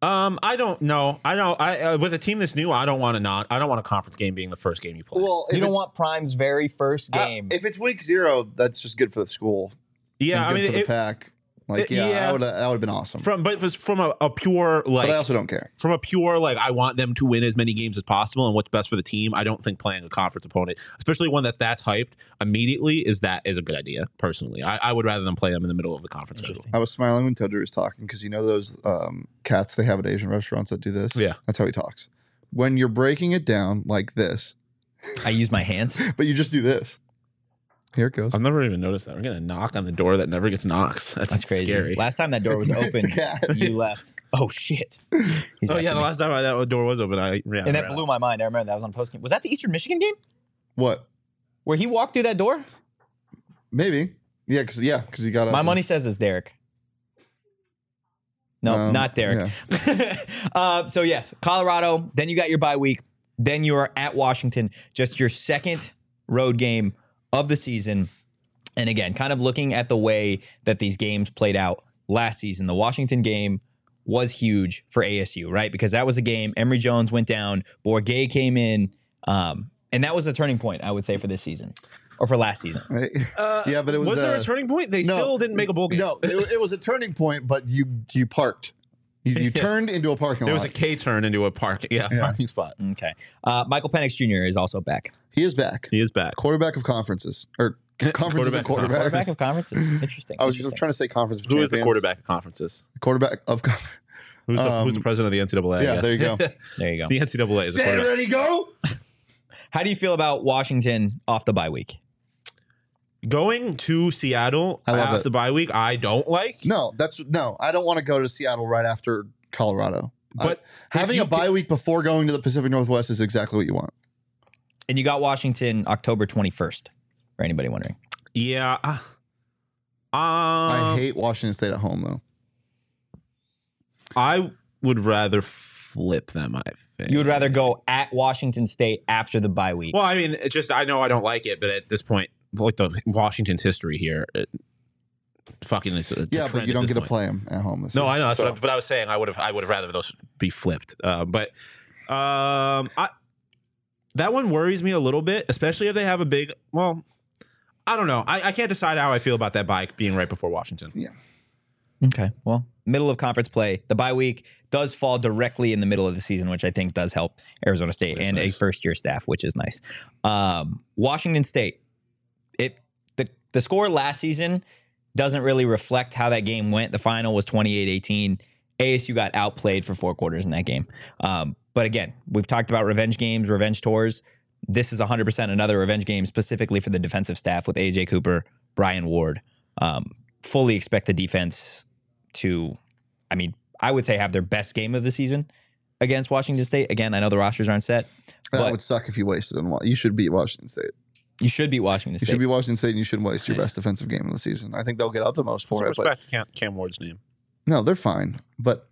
[SPEAKER 3] Um, I don't know. I don't. I uh, with a team that's new, I don't want to not. I don't want a conference game being the first game you play.
[SPEAKER 2] Well,
[SPEAKER 1] you don't want Prime's very first
[SPEAKER 2] uh,
[SPEAKER 1] game.
[SPEAKER 2] if it's week zero, that's just good for the school.
[SPEAKER 3] yeah, I
[SPEAKER 2] and good
[SPEAKER 3] mean,
[SPEAKER 2] for the
[SPEAKER 3] it,
[SPEAKER 2] pack. Like,
[SPEAKER 3] it-
[SPEAKER 2] yeah,
[SPEAKER 3] yeah.
[SPEAKER 2] I would that would have been awesome.
[SPEAKER 3] from but it was from a, a pure like
[SPEAKER 2] but I also don't care.
[SPEAKER 3] from a pure like I want them to win as many games as possible and what's best for the team. I don't think playing a conference opponent, especially one that that's hyped immediately, is that is a good idea. Personally, I, I would rather than play them in the middle of the conference. schedule.
[SPEAKER 2] I was smiling when Todru was talking because you know those um, cats they have at Asian restaurants that do this.
[SPEAKER 3] Yeah.
[SPEAKER 2] that's how he talks. When you're breaking it down like this,
[SPEAKER 1] I use my
[SPEAKER 3] <laughs>
[SPEAKER 1] hands.
[SPEAKER 2] but you just do this. Here it goes.
[SPEAKER 3] I've never even noticed that. We're gonna knock on the door that never gets knocked. That's,
[SPEAKER 1] That's crazy.
[SPEAKER 3] scary.
[SPEAKER 1] Last time that door <laughs> was
[SPEAKER 2] It's the
[SPEAKER 1] open,
[SPEAKER 2] cat.
[SPEAKER 1] you left. Oh
[SPEAKER 3] <laughs>
[SPEAKER 1] shit! He's
[SPEAKER 3] oh
[SPEAKER 1] after
[SPEAKER 3] yeah,
[SPEAKER 1] me.
[SPEAKER 3] the last time I, that door was open, I ran.
[SPEAKER 1] and that
[SPEAKER 3] ran
[SPEAKER 1] blew
[SPEAKER 3] out.
[SPEAKER 1] my mind. I remember that was on post game. Was that the Eastern Michigan game
[SPEAKER 2] What?
[SPEAKER 1] where he walked through that door?
[SPEAKER 2] Maybe. Yeah, because yeah, because you got
[SPEAKER 1] My money says it's Derek. No,
[SPEAKER 2] Um,
[SPEAKER 1] not Derek. <laughs> uh, so yes, Colorado. Then you got your bye week. Then you are at Washington. Just your second road game of the season. And again, kind of looking at the way that these games played out last season. The Washington game was huge for ASU, right? Because that was the game. Emory Jones went down. Borgay came in, um, and that was the turning point, I would say, for this season or for last season.
[SPEAKER 2] <laughs> Right? yeah, but it was,
[SPEAKER 3] was there
[SPEAKER 2] uh,
[SPEAKER 3] a turning point? They
[SPEAKER 2] no.
[SPEAKER 3] still didn't make a bowl game.
[SPEAKER 2] No, it, it was a turning point, but you you parked. You,
[SPEAKER 3] <laughs>
[SPEAKER 2] you turned into a parking
[SPEAKER 3] There
[SPEAKER 2] lot.
[SPEAKER 3] was a K turn into a park. Yeah,
[SPEAKER 2] Yeah.
[SPEAKER 3] parking spot.
[SPEAKER 1] Okay, uh, Michael Penix Jr. is also back.
[SPEAKER 2] he is back.
[SPEAKER 3] He is back.
[SPEAKER 2] Quarterback of conferences
[SPEAKER 3] <laughs>
[SPEAKER 2] or conferences and
[SPEAKER 3] Quarterback
[SPEAKER 2] quarterback.
[SPEAKER 1] Quarterback of
[SPEAKER 2] <laughs>
[SPEAKER 1] conferences. Interesting.
[SPEAKER 2] I was
[SPEAKER 1] interesting.
[SPEAKER 2] just trying to say conference. of
[SPEAKER 3] Who is the
[SPEAKER 2] champions.
[SPEAKER 3] quarterback of conferences?
[SPEAKER 2] Quarterback of conference.
[SPEAKER 3] Who's the, who's
[SPEAKER 2] Um,
[SPEAKER 3] the president of the NCAA? I
[SPEAKER 2] yeah,
[SPEAKER 3] guess.
[SPEAKER 2] there you go.
[SPEAKER 1] There you go.
[SPEAKER 3] <laughs> the NCAA is the
[SPEAKER 2] Say,
[SPEAKER 3] quarterback.
[SPEAKER 2] ready, go.
[SPEAKER 1] How do you feel about Washington off the bye week?
[SPEAKER 3] Going to Seattle
[SPEAKER 2] I love
[SPEAKER 3] after
[SPEAKER 2] it.
[SPEAKER 3] the bye week, I don't like.
[SPEAKER 2] No, that's no. I don't want to go to Seattle right after Colorado. I-
[SPEAKER 3] But
[SPEAKER 2] having
[SPEAKER 3] you
[SPEAKER 2] a bye week before going to the Pacific Northwest is exactly what you want.
[SPEAKER 1] And you got Washington October 21st, for anybody wondering.
[SPEAKER 3] yeah. um, Uh,
[SPEAKER 2] I
[SPEAKER 3] I
[SPEAKER 2] hate Washington State at home though.
[SPEAKER 3] I would rather flip them. I think
[SPEAKER 1] You would rather go at Washington State after the bye week.
[SPEAKER 3] Well, I mean, it just I know I don't like it, but at this point, like the Washington's history here, it, fucking it's a, it's a
[SPEAKER 2] Yeah, but
[SPEAKER 3] trend
[SPEAKER 2] you
[SPEAKER 3] at
[SPEAKER 2] don't get
[SPEAKER 3] this
[SPEAKER 2] to
[SPEAKER 3] point.
[SPEAKER 2] play them at home this
[SPEAKER 3] No,
[SPEAKER 2] year.
[SPEAKER 3] I know. That's
[SPEAKER 2] So,
[SPEAKER 3] what I, but I was saying I would have I would have rather those be flipped. Uh, but um, I that one worries me a little bit, especially if they have a big. Well, I don't know. I, I can't decide how I feel about that bike being right before Washington.
[SPEAKER 1] Okay. Well, middle of conference play. The bye week does fall directly in the middle of the season, which I think does help Arizona State
[SPEAKER 3] That's
[SPEAKER 1] and
[SPEAKER 3] nice.
[SPEAKER 1] a first year staff, which is nice. Um, Washington State, it the the score last season doesn't really reflect how that game went. The final was 28-18. ASU got outplayed for four quarters in that game. Um, but again, we've talked about revenge games, revenge tours. This is 100% another revenge game specifically for the defensive staff with AJ Cooper, Brian Ward. Um, fully expect the defense to, I mean, I would say have their best game of the season against Washington State. Again, I know the rosters aren't set,
[SPEAKER 2] that
[SPEAKER 1] but
[SPEAKER 2] would suck if you wasted on. Wa- You should beat Washington State.
[SPEAKER 1] you should beat Washington
[SPEAKER 2] You
[SPEAKER 1] State.
[SPEAKER 2] should be Washington State, and you shouldn't waste your best defensive game of the season. I think they'll get up the most
[SPEAKER 3] So
[SPEAKER 2] for it. But
[SPEAKER 3] respect Cam, Cam Ward's name.
[SPEAKER 2] no, they're fine. But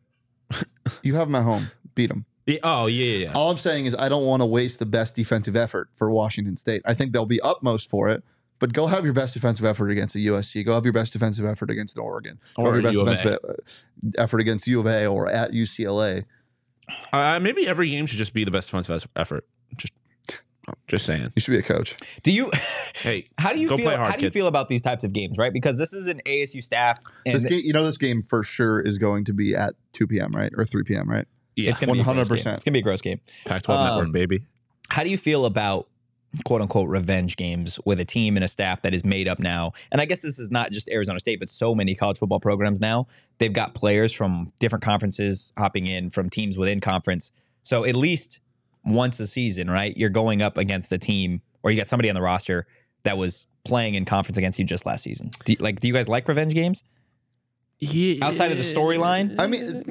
[SPEAKER 2] you have them at home. Beat them.
[SPEAKER 3] Yeah, oh yeah, yeah, yeah.
[SPEAKER 2] All I'm saying is I don't want to waste the best defensive effort for Washington State. I think they'll be upmost for it. But go have your best defensive effort against the USC. Go have your best defensive effort against an Oregon. Go
[SPEAKER 3] Or
[SPEAKER 2] have your best
[SPEAKER 3] U of A.
[SPEAKER 2] defensive e- effort against U of A or at UCLA.
[SPEAKER 3] Uh, maybe every game should just be the best defensive effort. Just, just saying.
[SPEAKER 2] You should be a coach.
[SPEAKER 1] Do you? <laughs>
[SPEAKER 3] Hey,
[SPEAKER 1] How do you
[SPEAKER 3] go
[SPEAKER 1] feel?
[SPEAKER 3] play hard,
[SPEAKER 1] how do you
[SPEAKER 3] kids.
[SPEAKER 1] feel about these types of games, right? Because this is an ASU staff, and
[SPEAKER 2] This game, you know, this game for sure is going to be at 2 p.m. right or 3 p.m. right?
[SPEAKER 3] Yeah,
[SPEAKER 1] it's going to be one hundred
[SPEAKER 2] 100%.
[SPEAKER 1] percent. It's going to be a gross game.
[SPEAKER 3] Pac-12 network,
[SPEAKER 1] Um,
[SPEAKER 3] baby.
[SPEAKER 1] How do you feel about quote unquote revenge games with a team and a staff that is made up now? And I guess this is not just Arizona State, but so many college football programs now. They've got players from different conferences hopping in from teams within conference. So at least once a season, right? You're going up against a team or you got somebody on the roster that was playing in conference against you just last season. Do you, like, do you guys like revenge games outside of the storyline?
[SPEAKER 2] I mean,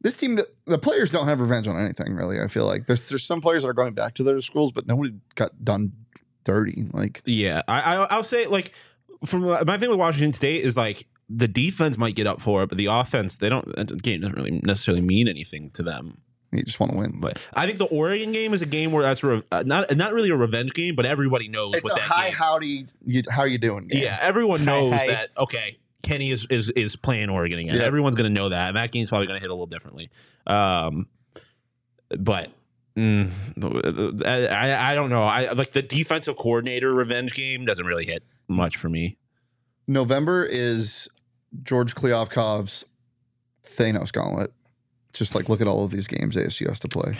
[SPEAKER 2] this team, the players don't have revenge on anything really. I feel like there's there's some players that are going back to their schools, but nobody got done dirty. Like
[SPEAKER 3] Yeah, I, I I'll say like from my thing with Washington State is like the defense might get up for it, but the offense they don't. The game doesn't really necessarily mean anything to them.
[SPEAKER 2] you just want to win.
[SPEAKER 3] But I think the Oregon game is a game where that's re- uh, not not really a revenge game, but everybody knows
[SPEAKER 2] It's
[SPEAKER 3] what
[SPEAKER 2] a
[SPEAKER 3] that
[SPEAKER 2] high
[SPEAKER 3] game.
[SPEAKER 2] howdy. You, how you doing? game.
[SPEAKER 3] yeah, everyone
[SPEAKER 1] Hi,
[SPEAKER 3] knows
[SPEAKER 1] hi.
[SPEAKER 3] that. Okay, Kenny is is is playing Oregon again.
[SPEAKER 2] Yeah.
[SPEAKER 3] Everyone's gonna know that, and that game's probably gonna hit a little differently. Um, but. mm, I, I- I don't know. I like the defensive coordinator revenge game doesn't really hit much for me.
[SPEAKER 2] November is George Kleofkov's Thanos gauntlet. It's just like look at all of these games ASU has to play.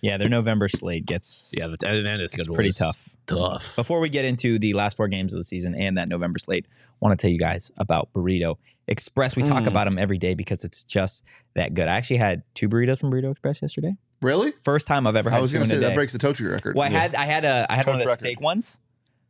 [SPEAKER 1] Yeah, their November slate gets
[SPEAKER 3] Yeah, the and then
[SPEAKER 1] It's
[SPEAKER 3] it's schedule
[SPEAKER 1] pretty
[SPEAKER 3] is
[SPEAKER 1] tough.
[SPEAKER 3] Tough.
[SPEAKER 1] Before we get into the last four games of the season and that November slate, I want to tell you guys about Burrito Express. We talk
[SPEAKER 3] Mm.
[SPEAKER 1] about them every day because it's just that good. I actually had two burritos from Burrito Express yesterday.
[SPEAKER 2] Really?
[SPEAKER 1] First time I've ever had
[SPEAKER 2] I was
[SPEAKER 1] two
[SPEAKER 2] gonna
[SPEAKER 1] in
[SPEAKER 2] say
[SPEAKER 1] a
[SPEAKER 2] that
[SPEAKER 1] day.
[SPEAKER 2] breaks the Tochi record.
[SPEAKER 1] Well, I had I had a I had one of
[SPEAKER 2] Coach
[SPEAKER 1] the
[SPEAKER 2] record.
[SPEAKER 1] steak ones.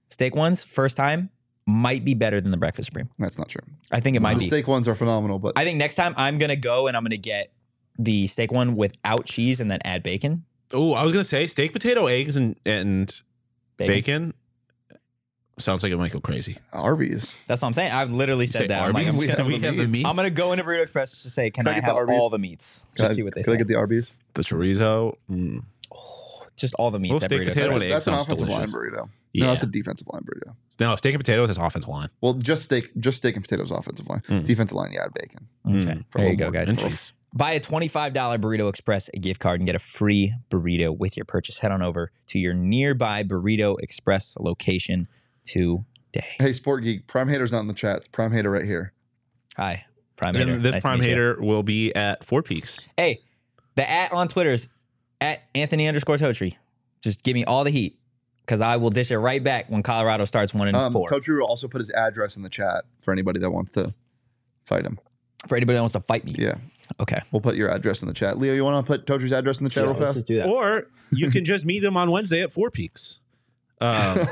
[SPEAKER 1] Steak ones, first time, might be better than the breakfast supreme.
[SPEAKER 2] That's not true.
[SPEAKER 1] I think it might
[SPEAKER 2] the
[SPEAKER 1] be.
[SPEAKER 2] steak ones are phenomenal, but
[SPEAKER 1] I think next time I'm gonna go and I'm gonna get the steak one without cheese and then add bacon.
[SPEAKER 3] Oh, I was gonna say steak, potato, eggs, and and bacon. Sounds like it might go crazy.
[SPEAKER 2] Arby's.
[SPEAKER 1] That's what I'm saying. I've literally
[SPEAKER 3] You say
[SPEAKER 1] said that. I'm like,
[SPEAKER 3] <laughs> Arby's?
[SPEAKER 1] I'm
[SPEAKER 2] We
[SPEAKER 1] gonna-
[SPEAKER 2] have the meats.
[SPEAKER 1] I'm gonna go into Burrito Express to say, can
[SPEAKER 2] Can I
[SPEAKER 1] I
[SPEAKER 2] get the
[SPEAKER 1] have
[SPEAKER 2] Arby's?
[SPEAKER 1] all the meats?
[SPEAKER 2] Can
[SPEAKER 1] Just
[SPEAKER 2] I-
[SPEAKER 1] see what they
[SPEAKER 2] Can I
[SPEAKER 1] say.
[SPEAKER 2] get the Arby's?
[SPEAKER 3] The chorizo. Mm.
[SPEAKER 1] <sighs> Just all the meats.
[SPEAKER 3] Little
[SPEAKER 1] at
[SPEAKER 3] steak
[SPEAKER 1] Burrito Express.
[SPEAKER 3] potato
[SPEAKER 2] That's,
[SPEAKER 3] egg
[SPEAKER 2] that's an
[SPEAKER 3] sounds
[SPEAKER 2] offensive
[SPEAKER 3] delicious.
[SPEAKER 2] line burrito.
[SPEAKER 3] Yeah.
[SPEAKER 2] No,
[SPEAKER 3] No,
[SPEAKER 2] that's a defensive line burrito.
[SPEAKER 3] steak and potatoes is offensive line.
[SPEAKER 2] Well, just steak, just steak and potatoes offensive line.
[SPEAKER 3] Mm.
[SPEAKER 1] Hmm.
[SPEAKER 2] Defensive line, you add bacon.
[SPEAKER 1] Okay.
[SPEAKER 3] Mm.
[SPEAKER 2] For a
[SPEAKER 1] There you
[SPEAKER 2] little
[SPEAKER 1] go,
[SPEAKER 2] more
[SPEAKER 1] guys.
[SPEAKER 3] And cheese.
[SPEAKER 1] Buy a $25 Burrito Express gift card and get a free burrito with your purchase. Head on over to your nearby Burrito Express location today.
[SPEAKER 2] Hey, Sport Geek, Prime Hater's not in the chat. It's Prime Hater right here.
[SPEAKER 1] Hi, Prime
[SPEAKER 3] And
[SPEAKER 1] Hater.
[SPEAKER 3] this
[SPEAKER 1] Nice to
[SPEAKER 3] prime
[SPEAKER 1] meet you.
[SPEAKER 3] hater will be at Four Peaks.
[SPEAKER 1] Hey, the at on Twitter is at Anthony underscore Totri. Just give me all the heat because I will dish it right back when Colorado starts one and
[SPEAKER 2] Um,
[SPEAKER 1] four.
[SPEAKER 2] Totru will also put his address in the chat for anybody that wants to fight him.
[SPEAKER 1] For anybody that wants to fight me.
[SPEAKER 2] Yeah,
[SPEAKER 1] Okay.
[SPEAKER 2] we'll put your address in the chat. Leo, you want to put Totru's address in the chat
[SPEAKER 1] Yeah,
[SPEAKER 2] real
[SPEAKER 1] let's
[SPEAKER 2] fast?
[SPEAKER 1] just do that.
[SPEAKER 3] Or you can just meet him on Wednesday at Four Peaks. Um,
[SPEAKER 2] <laughs>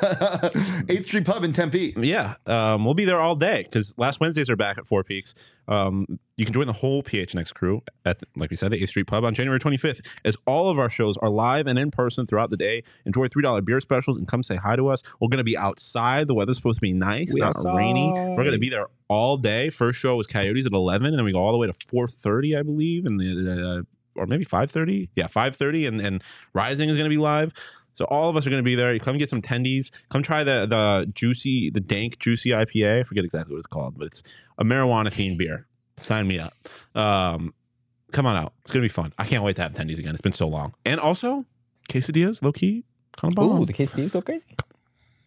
[SPEAKER 2] Eighth Street Pub in Tempe.
[SPEAKER 3] yeah, um, we'll be there all day because last Wednesdays are back at Four Peaks. Um, you can join the whole PHNX crew at, the, like we said, the A Street Pub on January 25th, as all of our shows are live and in person throughout the day. Enjoy $3 beer specials and come say hi to us. We're going to be outside. The weather's supposed to be nice,
[SPEAKER 1] We
[SPEAKER 3] not rainy.
[SPEAKER 1] outside.
[SPEAKER 3] We're going to be there all day. First show was Coyotes at 11, and then we go all the way to 4.30, I believe, and the, uh, or maybe 5.30. Yeah, 5.30, and, and Rising is going to be live. So all of us are going to be there. You come get some tendies. Come try the the juicy, the dank juicy IPA. I forget exactly what it's called, but it's a marijuana themed beer. Sign me up. Um, come on out. It's going to be fun. I can't wait to have tendies again. It's been so long. And also quesadillas, low key, kind of bomb.
[SPEAKER 1] Ooh, the KCDs go crazy.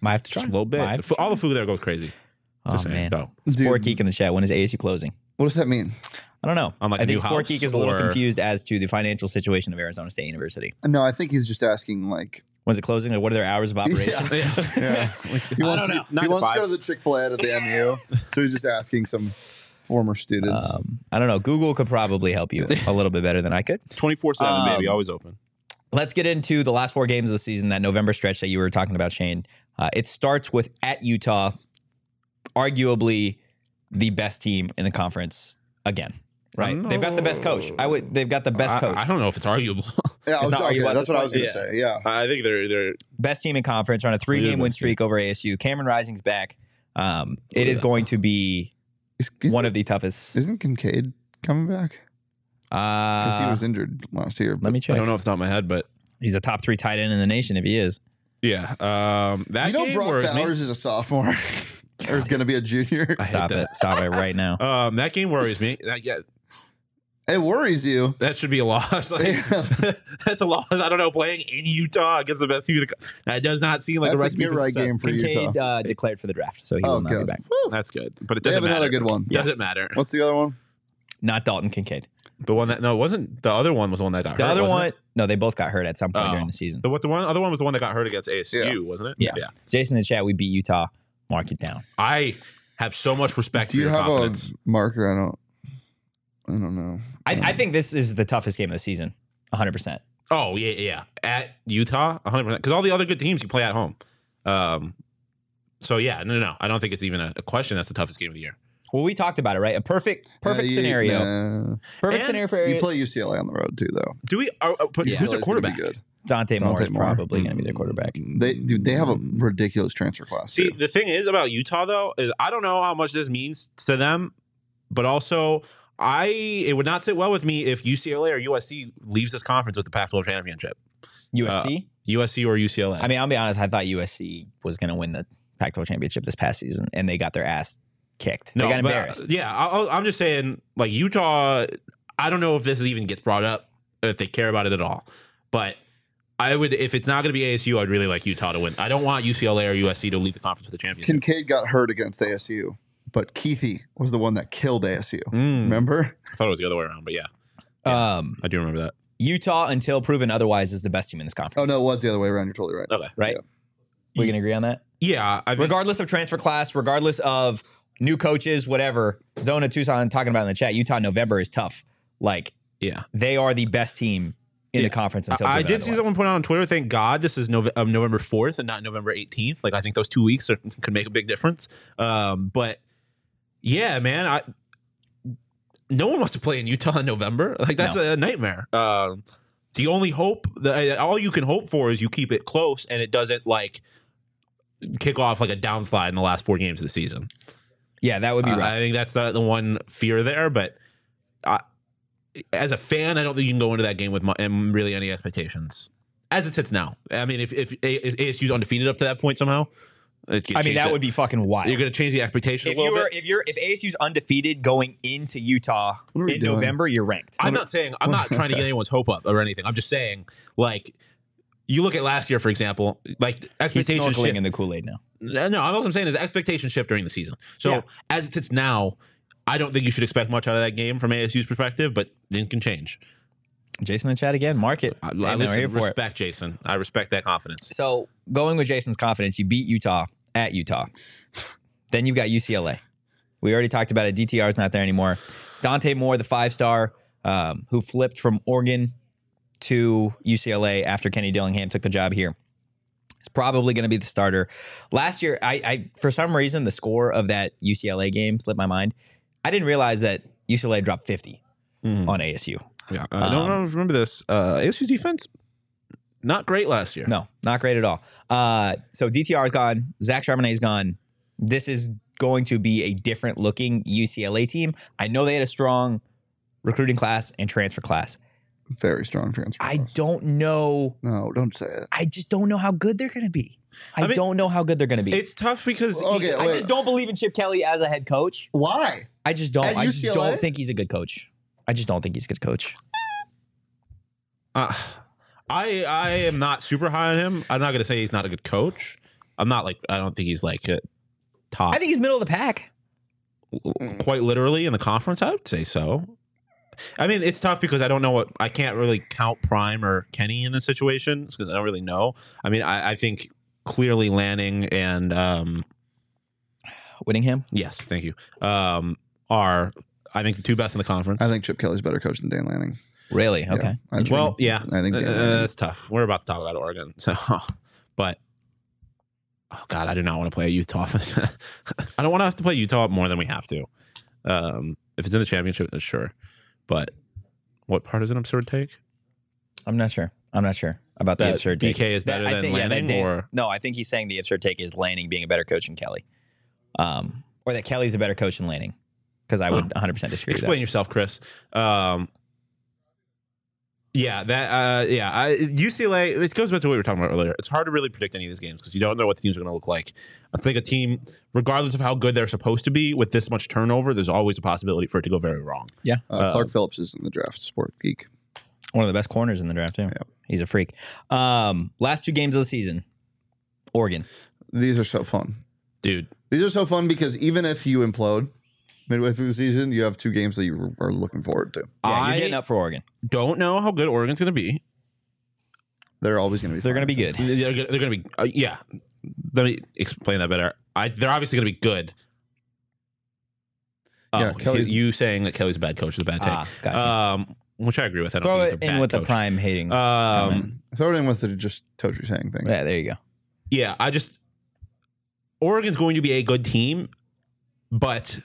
[SPEAKER 1] Might have to try.
[SPEAKER 3] Just a little bit.
[SPEAKER 1] Might have
[SPEAKER 3] The
[SPEAKER 1] to
[SPEAKER 3] fu-
[SPEAKER 1] try.
[SPEAKER 3] all the food there goes crazy.
[SPEAKER 1] Oh,
[SPEAKER 3] Just saying.
[SPEAKER 1] man.
[SPEAKER 3] <laughs> Go.
[SPEAKER 1] Sport
[SPEAKER 2] Dude,
[SPEAKER 1] Geek in the chat. When is ASU closing?
[SPEAKER 2] What does that mean?
[SPEAKER 1] I don't know.
[SPEAKER 3] On, like,
[SPEAKER 1] I
[SPEAKER 3] a
[SPEAKER 1] think
[SPEAKER 3] new
[SPEAKER 1] Sport
[SPEAKER 3] house
[SPEAKER 1] Geek is a little
[SPEAKER 3] or-
[SPEAKER 1] confused as to the financial situation of Arizona State University.
[SPEAKER 2] No, I think he's just asking like
[SPEAKER 1] When's it closing? Like, what are their hours
[SPEAKER 3] <laughs>
[SPEAKER 1] of operation? <laughs>
[SPEAKER 2] Yeah. he
[SPEAKER 3] I
[SPEAKER 2] wants,
[SPEAKER 3] don't know.
[SPEAKER 2] to, he wants to go to the Chick Fil A at the
[SPEAKER 1] <laughs>
[SPEAKER 2] MU, so he's just asking some former students.
[SPEAKER 1] Um, I don't know. Google could probably help you a little bit better than I could.
[SPEAKER 3] 24 7, baby.
[SPEAKER 1] Um,
[SPEAKER 3] Always open.
[SPEAKER 1] Let's get into the last four games of the season, that November stretch that you were talking about, Shane. Uh, it starts with at Utah, arguably the best team in the conference again. Right? They've got the best coach. I would. They've got the best
[SPEAKER 3] I-
[SPEAKER 1] coach.
[SPEAKER 3] I, don't know if it's arguable.
[SPEAKER 2] yeah, I was-
[SPEAKER 1] not
[SPEAKER 2] okay,
[SPEAKER 1] arguable at
[SPEAKER 2] that's
[SPEAKER 1] this
[SPEAKER 2] what I
[SPEAKER 1] point.
[SPEAKER 2] was gonna say. Yeah,
[SPEAKER 3] <laughs> I think they're they're
[SPEAKER 1] best team in conference. Are on a three-game win
[SPEAKER 3] best team.
[SPEAKER 1] streak over ASU. Cameron Rising's back. Um, it is going to be
[SPEAKER 2] Is- is-
[SPEAKER 1] one of the toughest.
[SPEAKER 2] isn't Kincaid coming back? Because he
[SPEAKER 1] Uh,
[SPEAKER 2] was injured last year.
[SPEAKER 1] let
[SPEAKER 2] but-
[SPEAKER 1] me
[SPEAKER 3] I
[SPEAKER 1] check.
[SPEAKER 3] don't know if it's not my head, but
[SPEAKER 1] He's a top three tight end in the nation if he is.
[SPEAKER 3] yeah. Um, that
[SPEAKER 2] Do you know
[SPEAKER 3] game
[SPEAKER 2] Brock
[SPEAKER 3] worries me.
[SPEAKER 2] Bowers is a sophomore, <laughs> or is gonna be a
[SPEAKER 3] <laughs>
[SPEAKER 2] junior.
[SPEAKER 3] I hate
[SPEAKER 1] Stop
[SPEAKER 3] that.
[SPEAKER 1] it. Stop it right
[SPEAKER 3] <laughs>
[SPEAKER 1] now.
[SPEAKER 3] Um, that game worries me. <laughs> That, yeah,
[SPEAKER 2] It worries you.
[SPEAKER 3] that should be a loss. <laughs> Like, that's a loss. I don't know. Playing in Utah against the best team, in the co- that does not seem like
[SPEAKER 2] that's a
[SPEAKER 3] a recipe
[SPEAKER 2] get
[SPEAKER 3] for
[SPEAKER 2] right
[SPEAKER 3] success.
[SPEAKER 2] game for Utah.
[SPEAKER 1] Kincaid uh, declared for the draft, so he
[SPEAKER 2] oh
[SPEAKER 1] will not be
[SPEAKER 2] god,
[SPEAKER 1] back.
[SPEAKER 2] Woo.
[SPEAKER 3] That's good, but it
[SPEAKER 2] they
[SPEAKER 3] doesn't
[SPEAKER 2] have another
[SPEAKER 3] matter.
[SPEAKER 2] good one.
[SPEAKER 3] Doesn't matter.
[SPEAKER 2] What's the other one?
[SPEAKER 1] Not Dalton Kincaid.
[SPEAKER 3] The one that no, it wasn't the other one was the one that got
[SPEAKER 1] The
[SPEAKER 3] hurt.
[SPEAKER 1] other
[SPEAKER 3] wasn't
[SPEAKER 1] one,
[SPEAKER 3] it?
[SPEAKER 1] no, they both got hurt at some point
[SPEAKER 3] Oh.
[SPEAKER 1] during the season.
[SPEAKER 3] the what the one other one was the one that got hurt against ASU,
[SPEAKER 2] Yeah.
[SPEAKER 3] wasn't it?
[SPEAKER 1] Yeah. Jason in the chat, we beat Utah. Mark it down.
[SPEAKER 3] I have so much respect
[SPEAKER 2] Do you
[SPEAKER 3] for your
[SPEAKER 2] have
[SPEAKER 3] confidence.
[SPEAKER 2] a marker? I don't. I don't know.
[SPEAKER 1] I, I think this is the toughest game of the season, 100%.
[SPEAKER 3] oh yeah, yeah. At Utah, 100 percent because all the other good teams you play at home. Um, so yeah, no, no, no. I don't think it's even a, a question. That's the toughest game of the year.
[SPEAKER 1] Well, we talked about it, right? A perfect,
[SPEAKER 2] Uh,
[SPEAKER 1] perfect
[SPEAKER 2] you-
[SPEAKER 1] scenario.
[SPEAKER 2] nah.
[SPEAKER 1] Perfect
[SPEAKER 3] And
[SPEAKER 1] scenario for
[SPEAKER 2] You play UCLA on the road too, though.
[SPEAKER 3] Do we? Are, uh, but
[SPEAKER 1] Yeah.
[SPEAKER 2] UCLA
[SPEAKER 3] who's their
[SPEAKER 2] 's gonna be
[SPEAKER 3] quarterback?
[SPEAKER 2] Good.
[SPEAKER 1] Dante, Moore is
[SPEAKER 2] Dante Moore. Mm.
[SPEAKER 1] probably going to
[SPEAKER 3] Mm.
[SPEAKER 1] be their quarterback.
[SPEAKER 2] They dude, they have a ridiculous transfer class.
[SPEAKER 3] See,
[SPEAKER 2] too.
[SPEAKER 3] the thing is about Utah though is I don't know how much this means to them, but also I it would not sit well with me if UCLA or USC leaves this conference with the Pac-12 championship.
[SPEAKER 1] USC?
[SPEAKER 3] USC or UCLA.
[SPEAKER 1] I mean, I'll be honest. I thought USC was going to win the Pac 12 championship this past season, and they got their ass kicked. they got
[SPEAKER 3] but, uh,
[SPEAKER 1] embarrassed.
[SPEAKER 3] yeah, I- I'll, I'm just saying like Utah. I don't know if this even gets brought up if they care about it at all, but. I would if it's not going to be ASU. I'd really like Utah to win. I don't want UCLA or USC to leave the conference with the championship.
[SPEAKER 2] Kincaid got hurt against ASU, but Keithy was the one that killed ASU.
[SPEAKER 3] Mm,
[SPEAKER 2] Remember?
[SPEAKER 3] I thought it was the other way around, but yeah,
[SPEAKER 1] Um,
[SPEAKER 3] I do remember that.
[SPEAKER 1] Utah, until proven otherwise, is the best team in this
[SPEAKER 2] Oh
[SPEAKER 1] conference.
[SPEAKER 2] no, it was the other way around. You're totally right.
[SPEAKER 3] Okay,
[SPEAKER 1] Right?
[SPEAKER 2] Yeah.
[SPEAKER 1] We can agree on that?
[SPEAKER 3] yeah, I think
[SPEAKER 1] regardless of transfer class, regardless of new coaches, whatever. Zona Tucson talking about in the chat, Utah November is tough. Like
[SPEAKER 3] yeah.
[SPEAKER 1] they are the best team in
[SPEAKER 3] Yeah.
[SPEAKER 1] the conference
[SPEAKER 3] I-
[SPEAKER 1] until
[SPEAKER 3] I
[SPEAKER 1] proven
[SPEAKER 3] did see
[SPEAKER 1] otherwise.
[SPEAKER 3] someone point out on Twitter. Thank God this is Nove- um, November fourth and not November eighteenth. Like I think those two weeks are, could make a big difference. Um, but yeah, man, I no one wants to play in Utah in November. Like that's a nightmare. Um, the only hope, the, all you can hope for is you keep it close and it doesn't like kick off like a downslide in the last four games of the season.
[SPEAKER 1] Yeah, that would be
[SPEAKER 3] Uh,
[SPEAKER 1] rough.
[SPEAKER 3] I think that's the, the one fear there, but I, as a fan, I don't think you can go into that game with mu- um, really any expectations. As it sits now, I mean, if if, A- if ASU's undefeated up to that point somehow, It gets
[SPEAKER 1] I mean,
[SPEAKER 3] changed.
[SPEAKER 1] that would be fucking wild.
[SPEAKER 3] You're going to change the expectation
[SPEAKER 1] if
[SPEAKER 3] a little
[SPEAKER 1] you're
[SPEAKER 3] bit.
[SPEAKER 1] if you're if ASU's undefeated going into Utah
[SPEAKER 2] What are we
[SPEAKER 1] in
[SPEAKER 2] doing?
[SPEAKER 1] November, you're ranked.
[SPEAKER 3] I'm not saying I'm
[SPEAKER 1] <laughs>
[SPEAKER 3] not trying to get anyone's hope up or anything. I'm just saying like. You look at last year, for example, like
[SPEAKER 1] He's
[SPEAKER 3] expectations
[SPEAKER 1] snorkeling
[SPEAKER 3] shift.
[SPEAKER 1] in the Kool Aid now.
[SPEAKER 3] No, no, all I'm saying is expectations shift during the season. So
[SPEAKER 1] Yeah.
[SPEAKER 3] as it sits now, I don't think you should expect much out of that game from ASU's perspective, but things can change.
[SPEAKER 1] Jason in the chat again. Mark it.
[SPEAKER 3] I,
[SPEAKER 1] Hey, man,
[SPEAKER 3] I
[SPEAKER 1] we're
[SPEAKER 3] listen,
[SPEAKER 1] here for it.
[SPEAKER 3] respect Jason. I respect that confidence.
[SPEAKER 1] So going with Jason's confidence, you beat Utah at Utah. then you've got UCLA. We already talked about it. DTR's not there anymore. Dante Moore, the five star, um, who flipped from Oregon to UCLA after Kenny Dillingham took the job here. It's probably going to be the starter. Last year, I, I for some reason the score of that UCLA game slipped my mind. I didn't realize that UCLA dropped 50
[SPEAKER 3] Mm-hmm.
[SPEAKER 1] on ASU.
[SPEAKER 3] Yeah, I don't
[SPEAKER 1] Um,
[SPEAKER 3] know if you remember this. Uh, ASU's defense not great last year.
[SPEAKER 1] No, not great at all. Uh, so DTR is gone. Zach Charbonnet is gone. This is going to be a different looking UCLA team. I know they had a strong recruiting class and transfer class.
[SPEAKER 2] Very strong transfer.
[SPEAKER 1] I
[SPEAKER 2] class.
[SPEAKER 1] don't know.
[SPEAKER 2] No, don't say it.
[SPEAKER 1] I just don't know how good they're going to be. I,
[SPEAKER 3] I mean,
[SPEAKER 1] don't know how good they're going to be.
[SPEAKER 3] It's tough because
[SPEAKER 2] Okay,
[SPEAKER 1] I
[SPEAKER 2] wait.
[SPEAKER 1] just don't believe in Chip Kelly as a head coach.
[SPEAKER 2] Why?
[SPEAKER 1] I just don't.
[SPEAKER 2] At
[SPEAKER 1] I just
[SPEAKER 2] UCLA?
[SPEAKER 1] don't think he's a good coach. I just don't think he's a good coach.
[SPEAKER 3] uh, I I am not super high on him. I'm not going to say he's not a good coach. I'm not like I don't think he's like a top.
[SPEAKER 1] I think he's middle of the pack.
[SPEAKER 3] quite literally in the conference. I would say so. I mean, it's tough because I don't know what I can't really count Prime or Kenny in this situation because I don't really know. I mean, I, I think clearly Lanning and um,
[SPEAKER 1] Whittingham.
[SPEAKER 3] yes, thank you. Um, are I think the two best in the conference.
[SPEAKER 2] I think Chip Kelly's a better coach than Dan Lanning.
[SPEAKER 1] Really?
[SPEAKER 2] Yeah,
[SPEAKER 1] Okay.
[SPEAKER 2] I think-
[SPEAKER 3] Well, yeah,
[SPEAKER 2] I think
[SPEAKER 3] uh,
[SPEAKER 2] Dan
[SPEAKER 3] uh,
[SPEAKER 2] Lanning.
[SPEAKER 3] that's tough. We're about to talk about Oregon, so <laughs> but. Oh God, I do not want to play Utah. <laughs> I don't want to have to play Utah more than we have to. Um, if it's in the championship, then sure. But what part is an absurd take?
[SPEAKER 1] I'm not sure. I'm not sure about the
[SPEAKER 3] That
[SPEAKER 1] absurd take.
[SPEAKER 3] BK is better
[SPEAKER 1] I
[SPEAKER 3] than
[SPEAKER 1] think- yeah, that
[SPEAKER 3] Lanning,
[SPEAKER 1] Dan-
[SPEAKER 3] or-
[SPEAKER 1] no? I think he's saying the absurd take is Lanning being a better coach than Kelly, um, or that Kelly's a better coach than Lanning. Because I would
[SPEAKER 3] Huh.
[SPEAKER 1] 100 percent disagree.
[SPEAKER 3] Explain yourself, Chris. Um, yeah, that. Uh, yeah, I, UCLA. It goes back to what we were talking about earlier. It's hard to really predict any of these games because you don't know what the teams are going to look like. I think a team, regardless of how good they're supposed to be, with this much turnover, there's always a possibility for it to go very wrong.
[SPEAKER 2] Uh, Clark Phillips is in the draft. Sport geek.
[SPEAKER 1] With that. One of the best corners in the draft too. He's a freak. Um, last two games of the season, Oregon.
[SPEAKER 2] These are so fun.
[SPEAKER 3] Uh, Dude,
[SPEAKER 2] These are so fun because even if you implode midway through the season, you have two games that you are looking forward to.
[SPEAKER 1] Yeah,
[SPEAKER 3] I
[SPEAKER 1] you're getting up for Oregon.
[SPEAKER 3] don't know how good Oregon's going to be.
[SPEAKER 2] They're always going to be.
[SPEAKER 1] They're
[SPEAKER 2] fun.
[SPEAKER 1] going to be good.
[SPEAKER 3] They're, go- they're going to be. Uh, yeah, let me explain that better. I, they're obviously going to be good.
[SPEAKER 2] Yeah,
[SPEAKER 3] oh,
[SPEAKER 2] Kelly's-
[SPEAKER 3] you saying that Kelly's a bad coach is a bad take.
[SPEAKER 1] Ah, gotcha.
[SPEAKER 3] um, which I agree with. I don't
[SPEAKER 1] Throw
[SPEAKER 3] think
[SPEAKER 1] it
[SPEAKER 3] he's a
[SPEAKER 1] in
[SPEAKER 3] bad
[SPEAKER 1] with the
[SPEAKER 3] coach.
[SPEAKER 1] prime hating.
[SPEAKER 3] Um,
[SPEAKER 2] Um, Throw it in with the just Toji saying things.
[SPEAKER 1] Mm. yeah, there you go.
[SPEAKER 3] yeah, I just Oregon's going to be a good team, but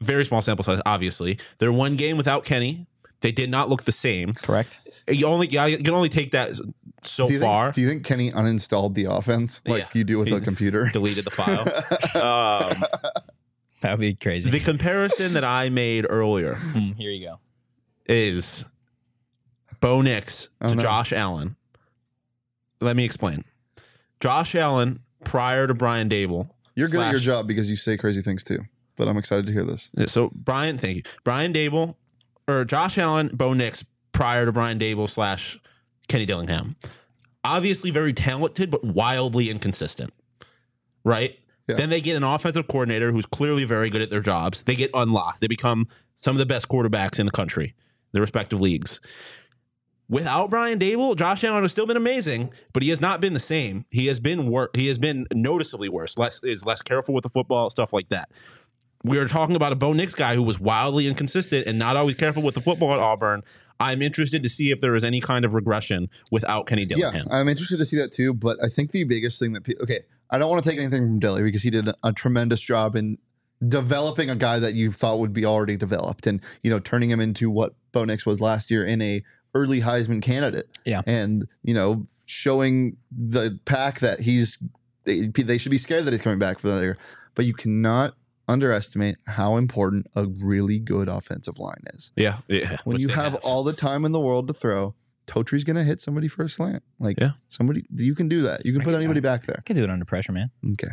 [SPEAKER 3] very small sample size. Obviously, they're one game without Kenny. They did not look the same.
[SPEAKER 1] Correct.
[SPEAKER 3] You only you can only take that so
[SPEAKER 2] do you
[SPEAKER 3] far.
[SPEAKER 2] Think, do you think Kenny uninstalled the offense like
[SPEAKER 3] Yeah.
[SPEAKER 2] you do with
[SPEAKER 3] He
[SPEAKER 2] a computer?
[SPEAKER 3] deleted the file.
[SPEAKER 1] <laughs>
[SPEAKER 3] um,
[SPEAKER 1] That would be crazy.
[SPEAKER 3] the comparison that I made earlier
[SPEAKER 1] Mm, here you go.
[SPEAKER 3] is Bo Nix to
[SPEAKER 2] Oh, no.
[SPEAKER 3] Josh Allen. Let me explain. Josh Allen prior to Brian Dable
[SPEAKER 2] You're good at your
[SPEAKER 3] Slash.
[SPEAKER 2] job because you say crazy things too. But I'm excited to hear this.
[SPEAKER 3] Yeah, So Brian, thank you. Brian Dable or Josh Allen, Bo Nix prior to Brian Dable slash Kenny Dillingham. Obviously very talented, but wildly inconsistent. Right?
[SPEAKER 2] Yeah.
[SPEAKER 3] Then they get an offensive coordinator who's clearly very good at their jobs. They get unlocked. They become some of the best quarterbacks in the country, their respective leagues. Without Brian Dable, Josh Allen has still been amazing, but he has not been the same. He has been wor- he has been noticeably worse. Less is less careful with the football, stuff like that we are talking about a Bo Nix guy who was wildly inconsistent and not always careful with the football at Auburn. I'm interested to see if there is any kind of regression without Kenny
[SPEAKER 2] Yeah,
[SPEAKER 3] Dillingham.
[SPEAKER 2] I'm interested to see that too. But I think the biggest thing that pe- okay, I don't want to take anything from Dilly because he did a, a tremendous job in developing a guy that you thought would be already developed, and you know turning him into what Bo Nix was last year in a early Heisman candidate.
[SPEAKER 1] Yeah.
[SPEAKER 2] and you know showing the pack that he's they, they should be scared that he's coming back for the year, but you cannot underestimate how important a really good offensive line is
[SPEAKER 3] Yeah, yeah.
[SPEAKER 2] when
[SPEAKER 3] which
[SPEAKER 2] you
[SPEAKER 3] they
[SPEAKER 2] have, all the time in the world to throw, Totri's gonna hit somebody for a slant. Like
[SPEAKER 3] Yeah.
[SPEAKER 2] somebody, you can do that. You can
[SPEAKER 1] I
[SPEAKER 2] put
[SPEAKER 1] can-
[SPEAKER 2] anybody back there.
[SPEAKER 1] I can do it under pressure, man.
[SPEAKER 2] Okay,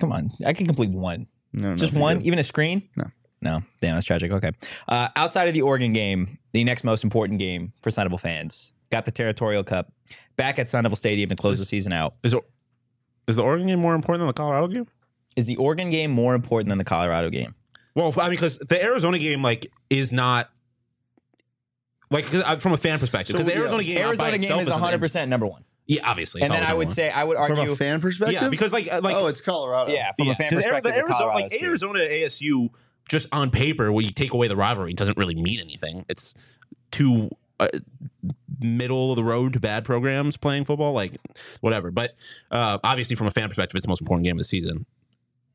[SPEAKER 1] Come on, I can complete one.
[SPEAKER 2] No, no,
[SPEAKER 1] Just
[SPEAKER 2] no,
[SPEAKER 1] one, e-,
[SPEAKER 2] you
[SPEAKER 1] even a screen?
[SPEAKER 2] No.
[SPEAKER 1] No. Damn, that's tragic. Okay. Uh, outside of the Oregon game, the next most important game for Sun Devil fans got the Territorial Cup back at Sun Devil Stadium and close the season out.
[SPEAKER 3] Is it, is the Oregon game more important than the Colorado game?
[SPEAKER 1] Is the Oregon game more important than the Colorado game?
[SPEAKER 3] Well, I mean, because the Arizona game like is not like uh, from a fan perspective.
[SPEAKER 2] So,
[SPEAKER 3] Because the
[SPEAKER 2] yeah.
[SPEAKER 3] Arizona game, out by
[SPEAKER 1] Arizona game
[SPEAKER 3] itself
[SPEAKER 1] is
[SPEAKER 3] isn't-
[SPEAKER 1] 100% number one.
[SPEAKER 3] Yeah, obviously. it's
[SPEAKER 1] and then
[SPEAKER 3] always
[SPEAKER 1] I
[SPEAKER 3] number
[SPEAKER 1] would
[SPEAKER 3] one.
[SPEAKER 1] say, I would
[SPEAKER 2] did.
[SPEAKER 1] argue.
[SPEAKER 2] from a fan perspective.
[SPEAKER 3] yeah, because like uh, like
[SPEAKER 2] oh, it's Colorado.
[SPEAKER 1] yeah, from a
[SPEAKER 3] yeah,
[SPEAKER 1] fan
[SPEAKER 3] 'cause
[SPEAKER 1] perspective,
[SPEAKER 3] Arizona,
[SPEAKER 1] the
[SPEAKER 3] Arizona, like
[SPEAKER 1] Colorado's too.
[SPEAKER 3] Arizona ASU, just on paper, when you take away the rivalry, it doesn't really mean anything. It's two uh, middle of the road to bad programs playing football, like whatever. But uh, obviously, from a fan perspective, it's the most important game of the season.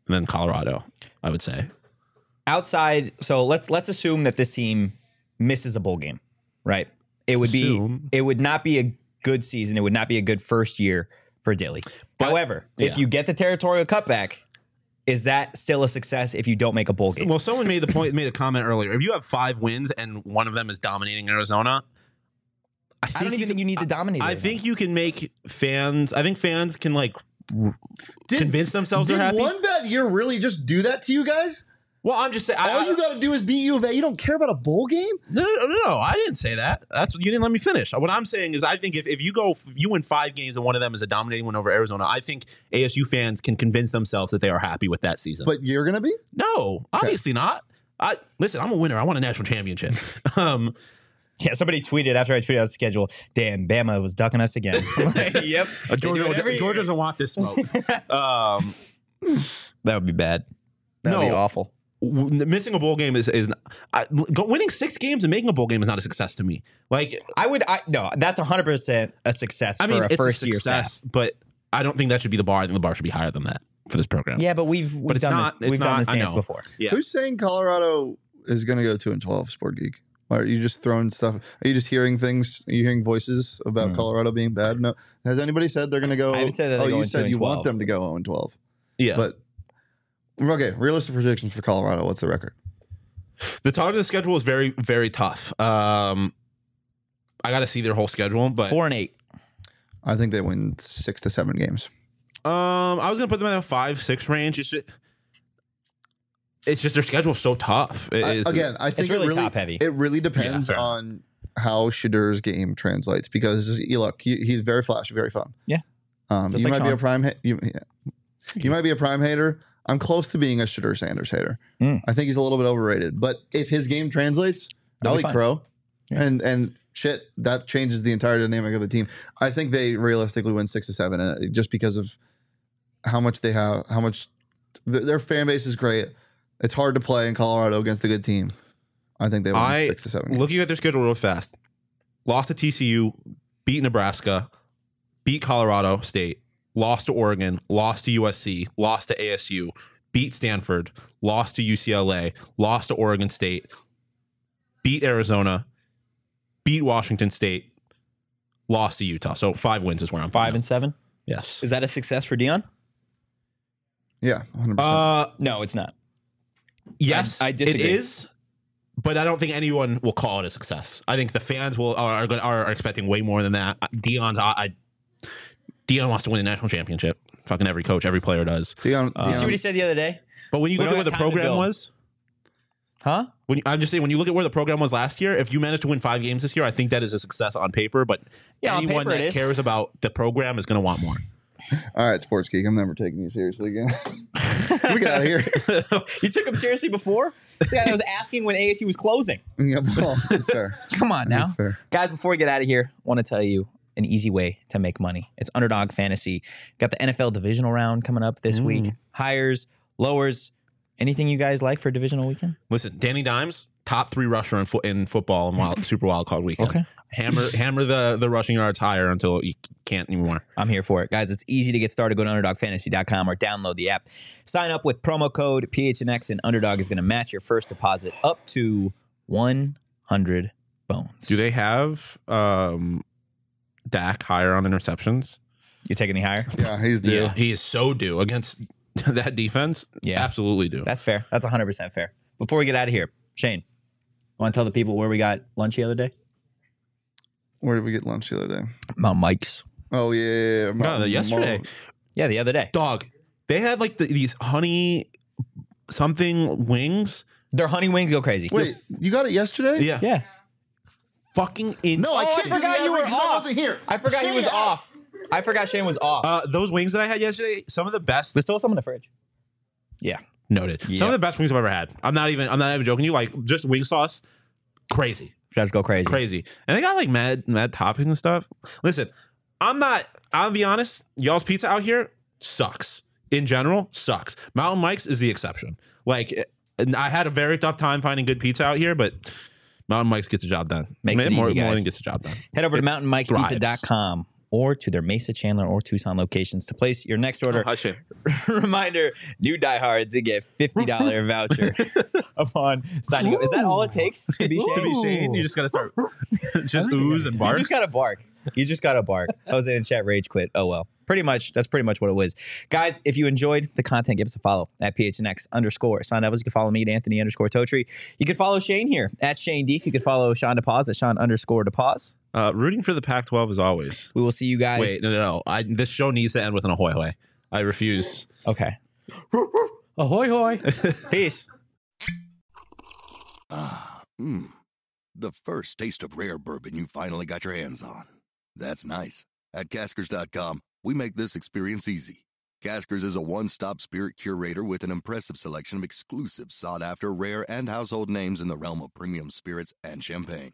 [SPEAKER 3] And then Colorado, I would say.
[SPEAKER 1] outside so let's let's assume that this team misses a bowl game right it would be
[SPEAKER 3] Assume.
[SPEAKER 1] it would not be a good season it would not be a good first year for dilly however if
[SPEAKER 3] yeah.
[SPEAKER 1] you get the territorial cutback is that still a success if you don't make a bowl game
[SPEAKER 3] Well, someone made the point, made a comment earlier. If you have five wins and one of them is dominating Arizona, I,
[SPEAKER 1] i don't even
[SPEAKER 3] you
[SPEAKER 1] think you need to dominate
[SPEAKER 3] I
[SPEAKER 1] Arizona.
[SPEAKER 3] think you can make fans. I think fans can like
[SPEAKER 2] Did,
[SPEAKER 3] convince themselves
[SPEAKER 2] did
[SPEAKER 3] they're happy.
[SPEAKER 2] one bad year really just do that to you guys?
[SPEAKER 3] well, I'm just saying. I-
[SPEAKER 2] All
[SPEAKER 3] I-
[SPEAKER 2] you got to do is beat U of A. You don't care about a bowl game.
[SPEAKER 3] No, no, no, no, I didn't say that. That's you didn't let me finish. What I'm saying is, I think if, if you go, if you win five games and one of them is a dominating win over Arizona, I think ASU fans can convince themselves that they are happy with that season.
[SPEAKER 2] But you're gonna be.
[SPEAKER 3] no, obviously not. I listen. I'm a winner. I won a national
[SPEAKER 1] <laughs>
[SPEAKER 3] championship. um,
[SPEAKER 1] yeah somebody tweeted after i tweeted out the schedule damn bama was ducking us
[SPEAKER 3] <laughs>
[SPEAKER 1] again
[SPEAKER 3] Uh,
[SPEAKER 1] yep They do it every year.
[SPEAKER 3] Georgia doesn't want this smoke. um,
[SPEAKER 1] <laughs> that would be bad that would be
[SPEAKER 3] No.
[SPEAKER 1] awful
[SPEAKER 3] w- missing a bowl game is is not, I, go, winning six games and making a bowl game is not a success to me. Like
[SPEAKER 1] i would i no that's 100% a success
[SPEAKER 3] I mean,
[SPEAKER 1] for a
[SPEAKER 3] it's
[SPEAKER 1] first
[SPEAKER 3] a
[SPEAKER 1] year staff.
[SPEAKER 3] success, but I don't think that should be the bar. I think the bar should be higher than that for this program.
[SPEAKER 1] Yeah, but we've we've
[SPEAKER 3] it's
[SPEAKER 1] done
[SPEAKER 3] not-
[SPEAKER 1] this.
[SPEAKER 3] it's
[SPEAKER 1] We've done
[SPEAKER 3] not-
[SPEAKER 1] this
[SPEAKER 3] I
[SPEAKER 1] dance
[SPEAKER 3] know.
[SPEAKER 1] before.
[SPEAKER 3] Yeah.
[SPEAKER 2] Who's saying Colorado is gonna go two and twelve? Sport Geek. Why Are you just throwing stuff? Are you just hearing things? Are you hearing voices about
[SPEAKER 1] Hmm.
[SPEAKER 2] Colorado being bad? No. Has anybody said they're gonna go?
[SPEAKER 1] I haven't said that they're
[SPEAKER 2] oh,
[SPEAKER 1] going
[SPEAKER 2] you
[SPEAKER 1] two
[SPEAKER 2] said
[SPEAKER 1] and
[SPEAKER 2] you
[SPEAKER 1] 12.
[SPEAKER 2] want them to go zero and twelve.
[SPEAKER 3] yeah.
[SPEAKER 2] But okay, realistic predictions for Colorado. What's the record?
[SPEAKER 3] The target of the schedule is very, very tough. Um, I got to see their whole schedule, but
[SPEAKER 1] Four and eight.
[SPEAKER 2] I think they win six to seven games.
[SPEAKER 3] um, I was gonna put them in a five, six range. It's just, it's just their schedule's so tough. It
[SPEAKER 2] I-
[SPEAKER 3] is-
[SPEAKER 2] again, I think
[SPEAKER 1] really
[SPEAKER 2] it really
[SPEAKER 1] top-heavy.
[SPEAKER 2] It really depends
[SPEAKER 3] fair.
[SPEAKER 2] on how Shader's game translates because you look, he, he's very flashy, very fun.
[SPEAKER 1] Yeah.
[SPEAKER 2] um,
[SPEAKER 1] Just
[SPEAKER 2] you
[SPEAKER 1] like
[SPEAKER 2] might be
[SPEAKER 1] Sean.
[SPEAKER 2] a prime. Ha- you, yeah. you might be a prime hater. I'm close to being a Shader Sanders hater.
[SPEAKER 1] Hmm.
[SPEAKER 2] I think he's a little bit overrated, but if his game translates,
[SPEAKER 1] They'll
[SPEAKER 2] I
[SPEAKER 1] be
[SPEAKER 2] like
[SPEAKER 1] fine.
[SPEAKER 2] Crow,
[SPEAKER 1] Yeah.
[SPEAKER 2] and and shit that changes the entire dynamic of the team. I think they realistically win six to seven, and it- just because of how much they have, how much th- their fan base is great. It's hard to play in Colorado against a good team. I think they won
[SPEAKER 3] I-
[SPEAKER 2] six to seven. games.
[SPEAKER 3] Looking at their schedule real fast, lost to TCU, beat Nebraska, beat Colorado State, lost to Oregon, lost to USC, lost to ASU, beat Stanford, lost to UCLA, lost to Oregon State, beat Arizona, beat Washington State, lost to Utah. So five wins is where I'm
[SPEAKER 1] Five
[SPEAKER 3] putting
[SPEAKER 1] and seven.
[SPEAKER 3] them. yes.
[SPEAKER 1] Is that a success for Dion?
[SPEAKER 2] yeah, 100%.
[SPEAKER 3] Uh,
[SPEAKER 1] No, it's not.
[SPEAKER 3] yes,
[SPEAKER 1] I- I disagree.
[SPEAKER 3] it is. But I don't think anyone will call it a success. I think the fans will are are, gonna- are, are expecting way more than that. Dion's I, I Dion wants to win a national championship. Fucking every coach, every player does.
[SPEAKER 2] Deion-
[SPEAKER 3] uh,
[SPEAKER 1] You see
[SPEAKER 2] Deion-
[SPEAKER 1] what he said the other day?
[SPEAKER 3] But when you
[SPEAKER 1] We
[SPEAKER 3] look
[SPEAKER 1] don't
[SPEAKER 3] at where the
[SPEAKER 1] have time to
[SPEAKER 3] program
[SPEAKER 1] build.
[SPEAKER 3] was,
[SPEAKER 1] Huh?
[SPEAKER 3] when you, I'm just saying when you look at where the program was last year, if you manage to win five games this year, I think that is a success on paper. But
[SPEAKER 1] Yeah, on
[SPEAKER 3] anyone
[SPEAKER 1] paper it
[SPEAKER 3] that
[SPEAKER 1] is.
[SPEAKER 3] cares about the program is going to want more.
[SPEAKER 2] all right, sports geek. I'm never taking you seriously again. <laughs> we get out
[SPEAKER 1] <laughs>
[SPEAKER 2] of here.
[SPEAKER 1] <laughs> You took him seriously before? This guy that was asking when ASU was closing.
[SPEAKER 2] yeah, well, it's fair.
[SPEAKER 1] Come on now.
[SPEAKER 2] It's fair.
[SPEAKER 1] <laughs> Guys, before we get out of here, I want to tell you an easy way to make money. It's Underdog Fantasy. Got the NFL divisional round coming up this week. Hires, lowers, anything you guys like for divisional weekend?
[SPEAKER 3] Listen, Danny Dimes, top three rusher in, fo- in football in wild, Super Wild Card Weekend.
[SPEAKER 1] Okay.
[SPEAKER 3] hammer hammer the the rushing yards higher until you can't anymore.
[SPEAKER 1] I'm here for it. Guys, it's easy to get started. Go to underdogfantasy.com or download the app. Sign up with promo code PHNX, and Underdog is going to match your first deposit up to 100 bones.
[SPEAKER 3] Do they have um Dak higher on interceptions?
[SPEAKER 1] You take any higher?
[SPEAKER 2] Yeah, he's due.
[SPEAKER 3] he is so due against <laughs> that defense.
[SPEAKER 1] Yeah.
[SPEAKER 3] absolutely due.
[SPEAKER 1] That's fair. That's 100% fair. Before we get out of here, Shane, want to tell the people where we got lunch the other day?
[SPEAKER 2] Where did we get lunch the other day?
[SPEAKER 1] Mount Mike's.
[SPEAKER 2] Oh yeah, yeah, yeah, yeah.
[SPEAKER 3] No, yesterday,
[SPEAKER 1] Yeah, the other day.
[SPEAKER 3] dog. They had like the, these honey something wings.
[SPEAKER 1] Their honey wings go crazy.
[SPEAKER 2] Wait, you got it yesterday?
[SPEAKER 3] Yeah.
[SPEAKER 1] Yeah.
[SPEAKER 3] Fucking insane.
[SPEAKER 2] No, I
[SPEAKER 1] Oh, I
[SPEAKER 2] can't. do
[SPEAKER 1] forgot
[SPEAKER 2] that
[SPEAKER 1] you were
[SPEAKER 2] because
[SPEAKER 1] off.
[SPEAKER 2] I wasn't here.
[SPEAKER 1] I forgot he was
[SPEAKER 2] Shit.
[SPEAKER 1] off. I forgot Shane was off.
[SPEAKER 3] Uh, those wings that I had yesterday, some of the best.
[SPEAKER 1] There's still some in the fridge. Yeah.
[SPEAKER 3] Noted.
[SPEAKER 1] Yeah.
[SPEAKER 3] Some of the best wings I've ever had. I'm not even. I'm not even joking. You like just wing sauce, crazy,
[SPEAKER 1] Let's go crazy.
[SPEAKER 3] crazy, and they got like mad, mad toppings and stuff. Listen, I'm not. I'll be honest. Y'all's pizza out here sucks. In general, sucks. Mountain Mike's is the exception. Like, eh, and I had a very tough time finding good pizza out here, but Mountain Mike's gets the job done.
[SPEAKER 1] Makes it
[SPEAKER 3] more,
[SPEAKER 1] easy,
[SPEAKER 3] more
[SPEAKER 1] guys.
[SPEAKER 3] than gets the job done.
[SPEAKER 1] Head over to
[SPEAKER 3] thrives.
[SPEAKER 1] mountainmikespizza.com or to their Mesa, Chandler, or Tucson locations to place your next order.
[SPEAKER 3] hush it.
[SPEAKER 1] <laughs> Reminder, new diehards, you get $50 voucher upon signing up. Is that all it takes to be Shane?
[SPEAKER 3] <laughs> To be Shane, you just gotta <laughs> start just ooze and bark.
[SPEAKER 1] You just gotta bark. You just gotta bark. Jose in chat rage quit. Oh well. Pretty much. That's pretty much what it was. Guys, if you enjoyed the content, give us a follow at PHNX underscore Sean Evans. You can follow me at Anthony underscore Totri. You can follow Shane here at Shane Deek. You can follow Sean DePause at Sean underscore DePause.
[SPEAKER 3] uh, rooting for the Pac-12 as always.
[SPEAKER 1] We will see you guys.
[SPEAKER 3] Wait, no, no, no. I, this show needs to end with an ahoy hoy. I refuse.
[SPEAKER 1] Okay. Ahoy hoy. Peace.
[SPEAKER 6] Mmm. The first taste of rare bourbon you finally got your hands on. That's nice. At caskers.com, we make this experience easy. Caskers is a one stop spirit curator with an impressive selection of exclusive, sought after, rare, and household names in the realm of premium spirits and champagne.